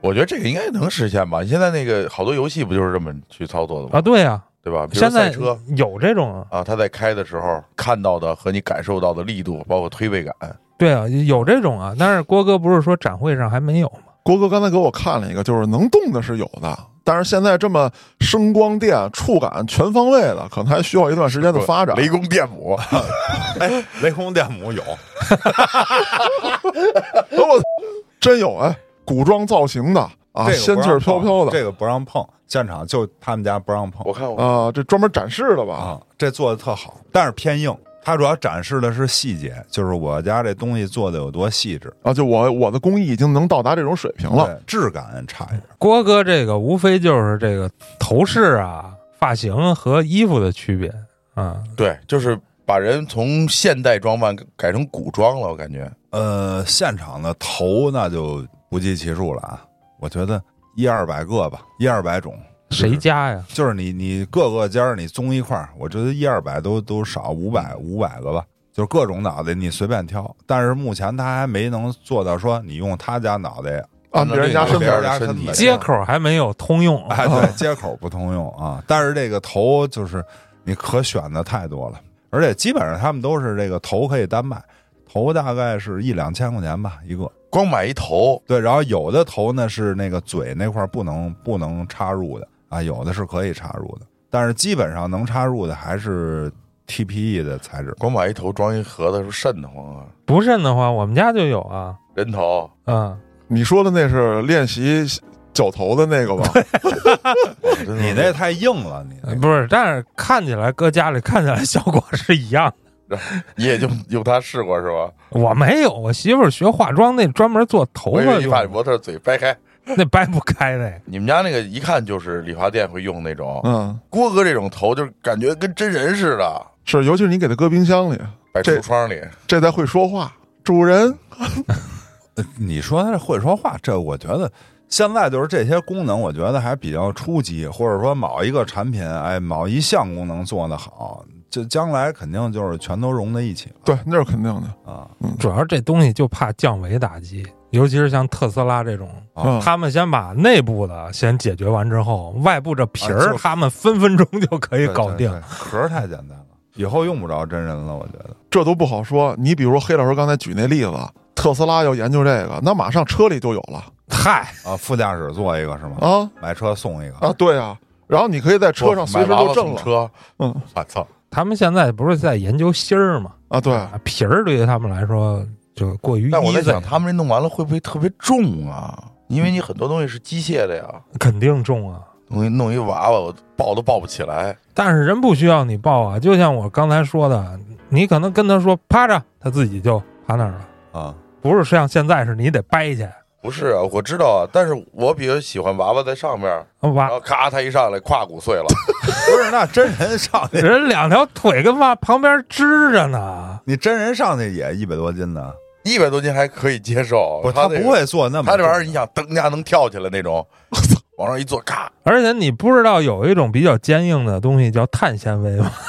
我觉得这个应该能实现吧。现在那个好多游戏不就是这么去操作的吗？
啊。对呀、
对吧？比如
现
说
在
赛车
有这种，
啊，它在开的时候看到的和你感受到的力度，包括推背感，
对啊，有这种啊。但是郭哥不是说展会上还没有吗？
郭哥刚才给我看了一个，就是能动的是有的，但是现在这么声光电触感全方位的，可能还需要一段时间的发展。
雷公电
[laughs]
母，
雷公电母有，
哎我真有哎，古装造型的
这个
啊，
不
仙气儿
让
飘
碰
飘的
这个不让碰，现场就他们家不让碰
我看我
啊，这专门展示的吧？
啊，这做的特好，但是偏硬，它主要展示的是细节，就是我家这东西做的有多细致。
啊，就我我的工艺已经能到达这种水平了。
对，质感差一点。
郭哥这个无非就是这个头饰啊、发型和衣服的区别啊。
对，就是把人从现代装扮改成古装了，我感觉。
呃，现场的头那就不计其数了啊，我觉得一二百个吧，一二百种。
谁家呀？
就是你你各个尖儿你综一块儿，我觉得一二百都都少，五百五百个吧，就是各种脑袋你随便挑。但是目前他还没能做到说你用他家脑袋，
按啊别人家身
别人
份，
家
身
身
体
体
接口还没有通用，啊
哎对，接口不通用啊。但是这个头就是你可选的太多了，而且基本上他们都是这个头可以单卖，头大概是一两千块钱吧一个。
光买一头，
对，然后有的头呢是那个嘴那块儿不能不能插入的啊，有的是可以插入的，但是基本上能插入的还是 TPE 的材质。
光买一头装一盒子，是瘆得慌啊！
不慎的话，我们家就有啊。
人头，
嗯，
你说的那是练习绞头的那个吧？
你那太硬了，你那
不是，但是看起来搁家里看起来效果是一样的。
你也就 [laughs] 用它试过是吧？
我没有，我媳妇儿学化妆那专门做头
我以
发
为你把
用的，
模特嘴掰开。
那掰不开那个。
你们家那个一看就是理发店会用那种，
嗯，
郭哥这种头就是感觉跟真人似的，
是，尤其是你给它搁冰箱里，
摆
这
橱窗里。
这才会说话。主人，
呃你说他这会说话，这我觉得现在就是这些功能，我觉得还比较初级，或者说某一个产品，哎，某一项功能做得好，这将来肯定就是全都融在一起
对，那是肯定的。
了啊
主要这东西就怕降维打击，尤其是像特斯拉这种，
啊
嗯，
他们先把内部的先解决完之后，外部这皮
啊
儿
就
他们分分钟就可以
对
搞
对
定
对。壳儿太简单了，以后用不着真人了，我觉得。
这都不好说。你比如说黑老师刚才举那例子，特斯拉要研究这个，那马上车里就有了
嗨，
啊，副驾驶坐一个是吗？
啊
买车送一个
啊，对啊。然后你可以在车上随时就
买
挣
娃娃送
了
车，
嗯，
我操，
他们现在不是在研究芯儿吗？
啊，对，
啊，皮儿对于他们来说就过于
但我在
依赖
想，，他们这弄完了会不会特别重啊？因为你很多东西是机械的呀，
肯定重啊。
弄一弄一娃娃，我抱都抱不起来。
但是人不需要你抱啊，就像我刚才说的，你可能跟他说趴着，他自己就趴那儿了，
啊，
不是像现在是你得掰去，
不是啊，我知道啊，但是我比较喜欢娃娃在上面，
啊
然
哇，
后咔，他一上来，胯骨碎了。 [laughs]
不是，那真人上去， [laughs]
人两条腿跟往旁边支着呢。
你真人上去也一百多斤呢，
一百多斤还可以接受，
不是
哦他
他
那个
不，会做那么重的，
他这玩意儿你想蹬一下能跳起来那
[laughs]
种，往上一坐，咔，
而且你不知道有一种比较坚硬的东西叫碳纤维吗？ [laughs]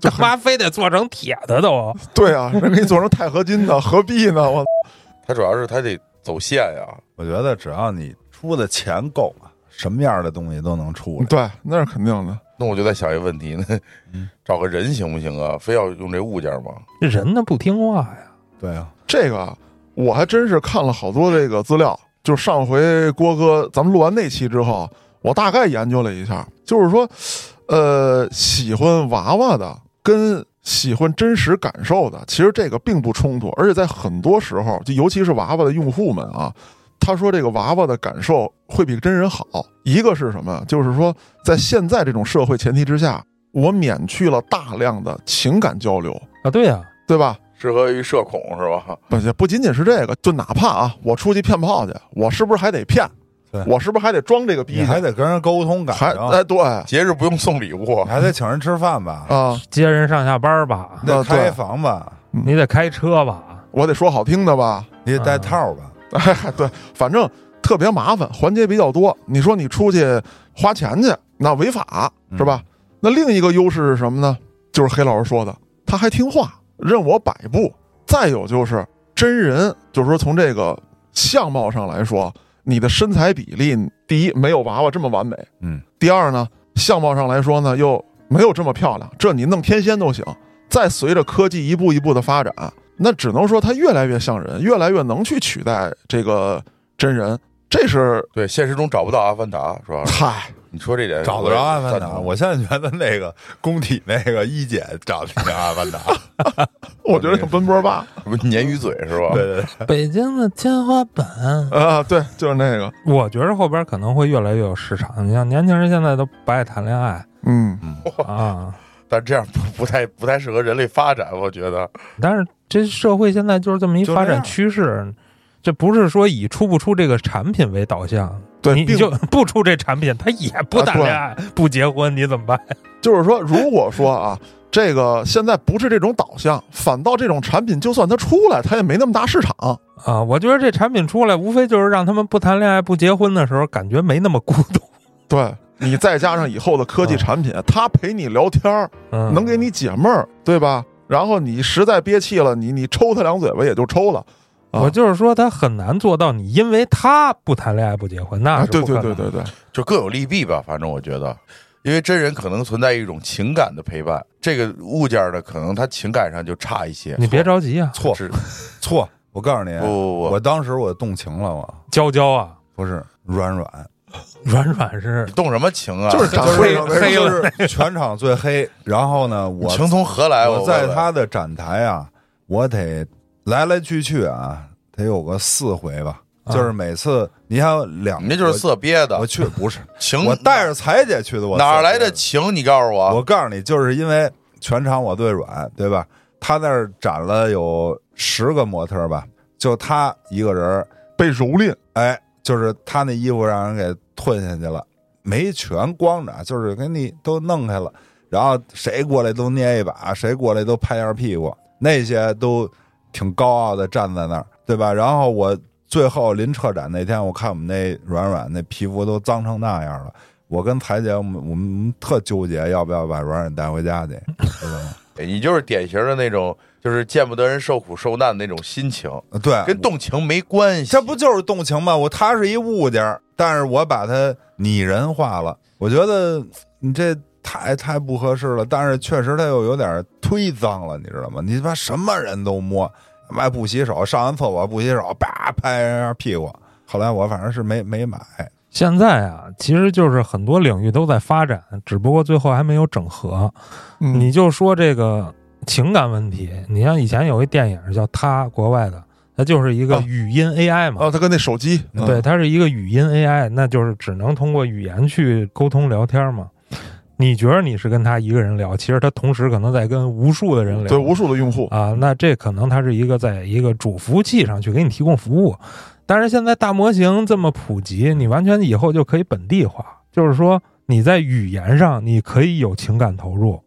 干嘛非得做成铁的都？
对 [laughs] 啊，人给你做成钛合金的，何必呢？我
他主要是他得走线呀，
我觉得只要你出的钱够啊，什么样的东西都能出来。
对，那是肯定的。
那我就在想一个问题，那
嗯
找个人行不行啊？非要用这物件吗？
这人呢不听话呀，
对啊，
这个啊我还真是看了好多这个资料，就上回郭哥咱们录完那期之后，我大概研究了一下，就是说，呃，喜欢娃娃的跟喜欢真实感受的，其实这个并不冲突，而且在很多时候，就尤其是娃娃的用户们啊。他说：“这个娃娃的感受会比真人好。一个是什么？就是说，在现在这种社会前提之下，我免去了大量的情感交流，
啊对呀，
对吧？
适合于社恐是吧？
不
嗯
是，不仅仅是这个，就哪怕啊，我出去骗炮去，我是不是还得骗
对？
我是不是还得装这个逼
你
去？
还得跟人沟通感
还
情，
哎，对啊，
节日不用送礼物啊
你，还得请人吃饭吧，
接人上下班吧
你，得
啊对
开房吧，
你得开车吧，
我得说好听的吧？
你得戴
嗯
套吧，
哎，对，反正特别麻烦，环节比较多。你说你出去花钱去，那违法
嗯
是吧？那另一个优势是什么呢？就是黑老师说的，他还听话，任我摆布。再有就是真人，就是说从这个相貌上来说，你的身材比例，第一没有娃娃这么完美，
嗯，
第二呢，相貌上来说呢，又没有这么漂亮，这你弄天仙都行。再随着科技一步一步的发展，那只能说它越来越像人，越来越能去取代这个真人。这是？
对，现实中找不到阿凡达是吧
嗨，
你说这点
找得着阿凡
哎赞
达。
同
我现在觉得那个工体那个一姐长得像阿凡达，
[laughs] 我觉得像奔波吧，
不是鲶鱼嘴是吧？
对对对，
北京的天花板。
啊，对，就是那个，
我觉着后边可能会越来越有市场。你像年轻人现在都不爱谈恋爱
嗯，
啊，
但这样不不太不太适合人类发展，我觉得。
但是这社会现在就是这么一
就
发
这
展
样
趋势，这不是说以出不出这个产品为导向。
对
你你
并
就 [laughs] 不出这产品，他也不
啊
谈
对
恋爱、不结婚，你怎么办？
就是说，如果说啊，这个现在不是这种导向，反倒这种产品就算它出来，它也没那么大市场。
啊，我觉得这产品出来，无非就是让他们不谈恋爱、不结婚的时候，感觉没那么孤独。
对你再加上以后的科技产品，它陪你聊天儿，
嗯，
能给你解闷儿，对吧？然后你实在憋气了，你你抽他两嘴巴也就抽了。啊
我就是说，他很难做到你因为他不谈恋爱、不结婚，那
啊，
是
对
不可
对
能
对对对，
就各有利弊吧，反正我觉得，因为真人可能存在一种情感的陪伴，这个物件呢，可能它情感上就差一些。
你别着急啊，
错
是
错，我告诉你，
不不不
我当时我动情了，我
娇娇啊，
不是软软，
软软是
你动什么情啊？
就是长
就是
辈上的
黑
就
了
是全场最黑。然后呢，我
情从何来？
我在
问问
他的展台啊，我得来来去去啊，得有个四回吧。
啊
就是每次你看有两，
你那就是色憋
我。我
的
去不是，
情，
我带着彩姐去的。我
哪
四回
来的啊情？你告诉我，
我告诉你，就是因为全场我最软，对吧？他那儿展了有十个模特儿吧，就他一个人儿，
被蹂躏。
哎，就是他那衣服让人给吞下去了，没全光着，啊就是给你都弄开了。然后谁过来都捏一把，谁过来都拍下屁股，那些都挺高傲的站在那儿，对吧？然后我最后临撤展那天，我看我们那软软那皮肤都脏成那样了，我跟彩姐我们我们特纠结要不要把软软带回家去，知道吗？
哎你就是典型的那种，就是见不得人受苦受难的那种心情，
呃对，
跟动情没关系。
这不就是动情吗？我它是一物件儿，但是我把它拟人化了。我觉得你这太太不合适了，但是确实它又有点忒脏了，你知道吗？你他妈什么人都摸，他妈不洗手，上完厕所不洗手，叭拍人家屁股。后来我反正是没没买，
现在啊，其实就是很多领域都在发展，只不过最后还没有整合。
嗯，
你就说这个情感问题，你像以前有一电影叫《他》，国外的，它就是一个
啊
语音 AI 嘛，
啊，他跟那手机，嗯
对，它是一个语音 AI，那就是只能通过语言去沟通聊天嘛。你觉得你是跟他一个人聊，其实他同时可能在跟无数的人聊，
对无数的用户，
啊，那这可能它是一个在一个主服务器上去给你提供服务，但是现在大模型这么普及，你完全以后就可以本地化，就是说你在语言上你可以有情感投入，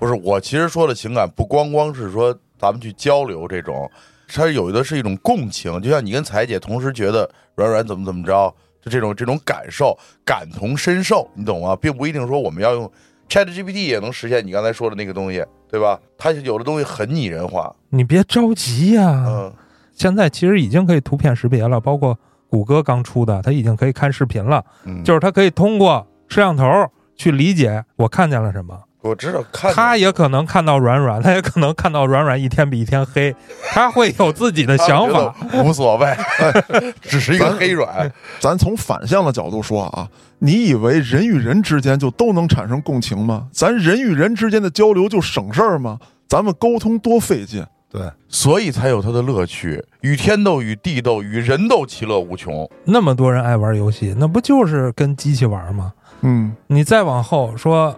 不是我，其实说的情感不光光是说咱们去交流这种，它有的是一种共情，就像你跟彩姐同时觉得软软怎么怎么着，就这种这种感受，感同身受，你懂吗？并不一定说我们要用 Chat GPT 也能实现你刚才说的那个东西，对吧？它有的东西很拟人化，
你别着急呀、
嗯，
现在其实已经可以图片识别了，包括谷歌刚出的，它已经可以看视频了，
嗯
就是它可以通过摄像头去理解我看见了什么。
我知道看
他也可能看到软软， [laughs] 他也可能看到软软一天比一天
[laughs]
黑，他会有自
啊
己的想法。
无所谓， [laughs] 只是一个黑软，
咱从反向的角度说啊，你以为人与人之间就都能产生共情吗？咱人与人之间的交流就省事儿吗？咱们沟通多费劲，
对，
所以才有它的乐趣。与天斗，与地斗，与人斗，其乐无穷。
那么多人爱玩游戏，那不就是跟机器玩吗？
嗯，
你再往后
[laughs]
说，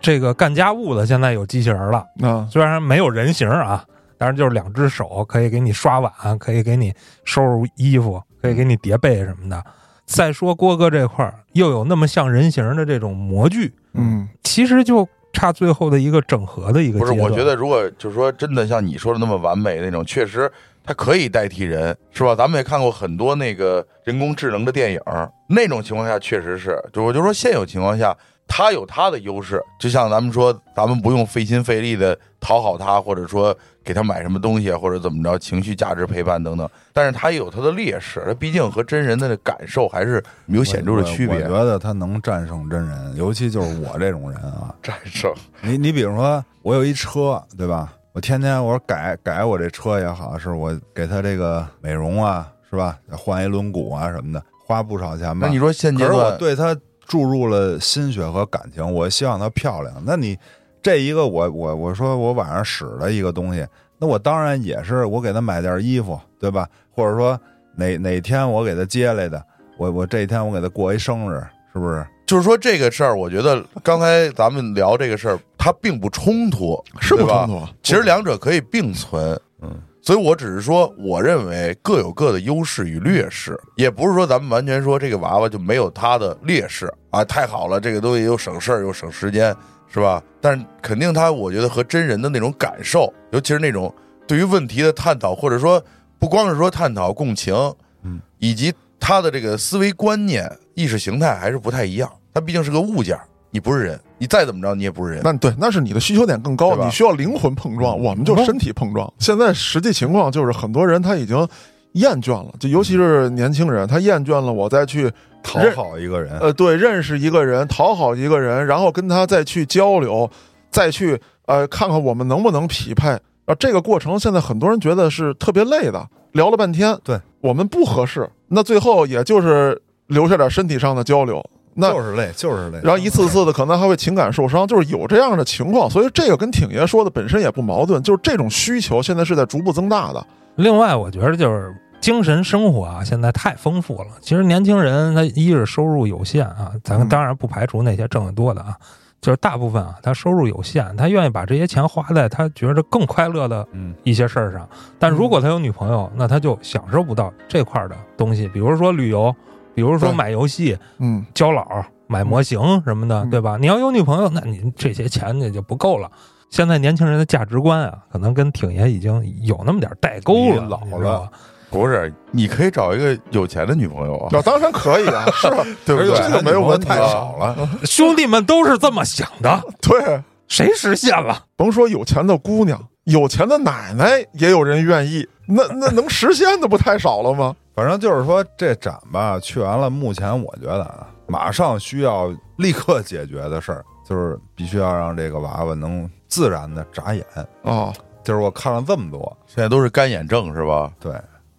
这个干家务的现在有机器人了，
啊，
虽然没有人形啊，但是就是两只手可以给你刷碗，可以给你收拾衣服，可以给你叠被什么的。再说郭哥这块儿又有那么像人形的这种模具，
嗯，
其实就差最后的一个整合的一个
不是，
阶
我
段
觉得如果就是说真的像你说的那么完美那种，确实它可以代替人，是吧？咱们也看过很多那个人工智能的电影，那种情况下确实是，就我就说现有情况下。它有它的优势，就像咱们说，咱们不用费心费力的讨好它，或者说给它买什么东西，啊或者怎么着，情绪价值陪伴等等。但是它也有它的劣势，它毕竟和真人的感受还是有显著的区别
我。我觉得它能战胜真人，尤其就是我这种人啊，
战胜
哎你你比如说，我有一车，对吧？我天天我说改改我这车也好，是我给它这个美容啊，是吧？换一轮毂啊什么的，花不少钱吧。
那你说现阶
可是我
段，
对它注入了心血和感情，我希望它漂亮。那你这一个我我我说我晚上使了一个东西，那我当然也是我给它买件衣服，对吧？或者说哪哪天我给它接来的，我我这一天我给它过一生日，是不是？
就是说这个事儿，我觉得刚才咱们聊这个事儿，它并不冲突，
是不
对吧
冲突啊
其实两者可以并存。
嗯，
所以我只是说，我认为各有各的优势与劣势，也不是说咱们完全说这个娃娃就没有它的劣势啊，太好了，这个东西又省事儿又省时间，是吧？但是肯定它，我觉得和真人的那种感受，尤其是那种对于问题的探讨，或者说不光是说探讨共情，
嗯，
以及他的这个思维观念、意识形态还是不太一样。它毕竟是个物件儿，你不是人，你再怎么着你也不是人。
那对，那是你的需求点更高
对，吧
你需要灵魂碰撞，我们就身体碰撞。现在实际情况就是，很多人他已经厌倦了，就尤其是年轻人，他厌倦了我再去
讨
认
好一个人，
呃，对，认识一个人，讨好一个人，然后跟他再去交流，再去呃看看我们能不能匹配。啊，这个过程现在很多人觉得是特别累的，聊了半天，
对
我们不合适，那最后也就是留下点身体上的交流。那
就是累，就是累。
呃然后一次次的可能还会情感受伤，就是有这样的情况，所以这个跟挺爷说的本身也不矛盾，就是这种需求现在是在逐步增大的。
另外，我觉得就是精神生活啊，现在太丰富了。其实年轻人他一是收入有限啊，咱们
嗯
当然不排除那些挣得多的啊，就是大部分啊，他收入有限，他愿意把这些钱花在他觉得更快乐的
嗯
一些事儿上。但如果他有女朋友，那他就享受不到这块儿的东西，比如说旅游，比如说
对
买游戏、
[laughs]
嗯，
交老、买模型什么的，
嗯
对吧？你要有女朋友，那你这些钱也就不够了。现在年轻人的价值观啊，可能跟挺爷已经有那么点儿代沟了，
你老了
你知道吧，
不是，你可以找一个有钱的女朋友啊，
那当然可以啊，
[laughs]
是吧？
对不
而
对？
且这个没有问题
太
啊
少了，
兄弟们都是这么想的，
对，
谁实现了？
甭说有钱的姑娘，有钱的奶奶也有人愿意，那那能实现的不太少了吗？
反正就是说这展吧，去完了，目前我觉得啊，马上需要立刻解决的事儿，就是必须要让这个娃娃能自然的眨眼。
啊、
就是我看了这么多，
现在都是干眼症是吧？
对，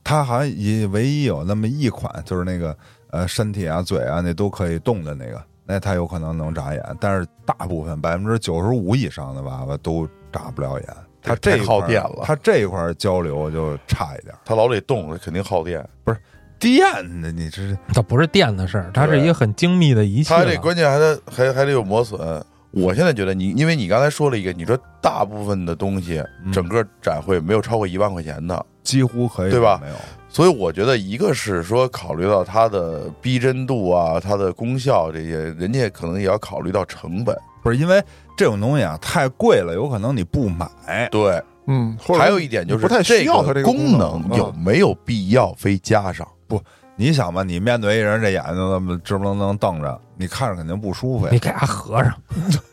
它好像也唯一有那么一款，就是那个呃身体啊、嘴啊那都可以动的那个，那它有可能能眨眼，但是大部分百分之九十五以上的娃娃都眨不了眼。它
这
这
太
一
耗
块儿
电了
它这一块儿交流就差一点儿。
他老得动，肯定耗电。
电的，你这是
它不是电的事儿，它是
对
一个很精密的仪器
他
了。
还得关键还得还还得有磨损。啊我现在觉得你，因为你刚才说了一个，你说大部分的东西，
嗯
整个展会没有超过一万块钱的，
几乎可以
对吧
没有，
所以我觉得一个是说考虑到它的逼真度啊，它的功效这些，人家可能也要考虑到成本。
不是因为这种东西啊太贵了，有可能你不买。
对，
嗯，或者
还有一点就是
不太需要它
这
这个
功
功
能嗯
能啊
有没有必要非加上？
你想吧，你面对一人这眼睛那么直不愣愣瞪着，你看着肯定不舒服呀
你。给它合上，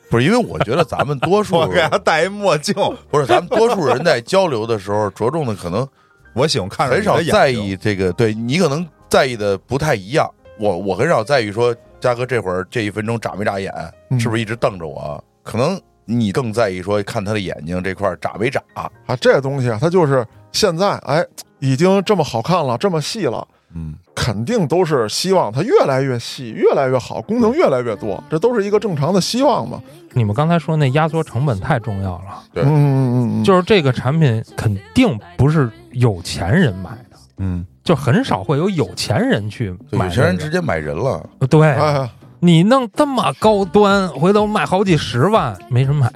不是因为我觉得咱们多 [laughs] 数
我给他戴一墨镜，
不是咱们多数人在交流的时候，着重的可能
我喜欢看着
很
你的
少
眼睛
在意这个，对你可能在意的不太一样。我我很少在意说，嘉哥这会儿这一分钟眨没眨眼，
嗯
是不是一直瞪着我？可能你更在意说看他的眼睛这块儿眨没眨。
啊，这东西啊，它就是现在哎，已经这么好看了，这么细了。
嗯，
肯定都是希望它越来越细，越来越好，功能越来越多，这都是一个正常的希望嘛。
你们刚才说那压缩成本太重要了，
对
嗯嗯嗯，嗯
就是这个产品肯定不是有钱人买的，
嗯，
就很少会有有钱人去
对
买
有
这个。
些人直接买人了，
对，
哎，
你弄这么高端，回头卖好几十万，没人买。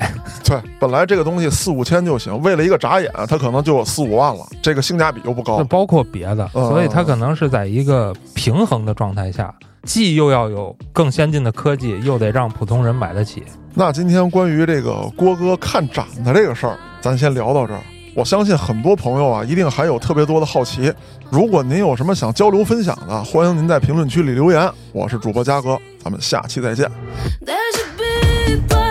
对，本来这个东西四五千就行，为了一个眨眼，啊它可能就四五万了，这个性价比又不
就
高。
[laughs] 包括别的，
嗯
所以它可能是在一个平衡的状态下，既又要有更先进的科技，又得让普通人买得起。
那今天关于这个郭哥看展的这个事儿，咱先聊到这儿。我相信很多朋友啊，一定还有特别多的好奇。如果您有什么想交流分享的，欢迎您在评论区里留言。我是主播嘉哥，咱们下期再见。
There's a big black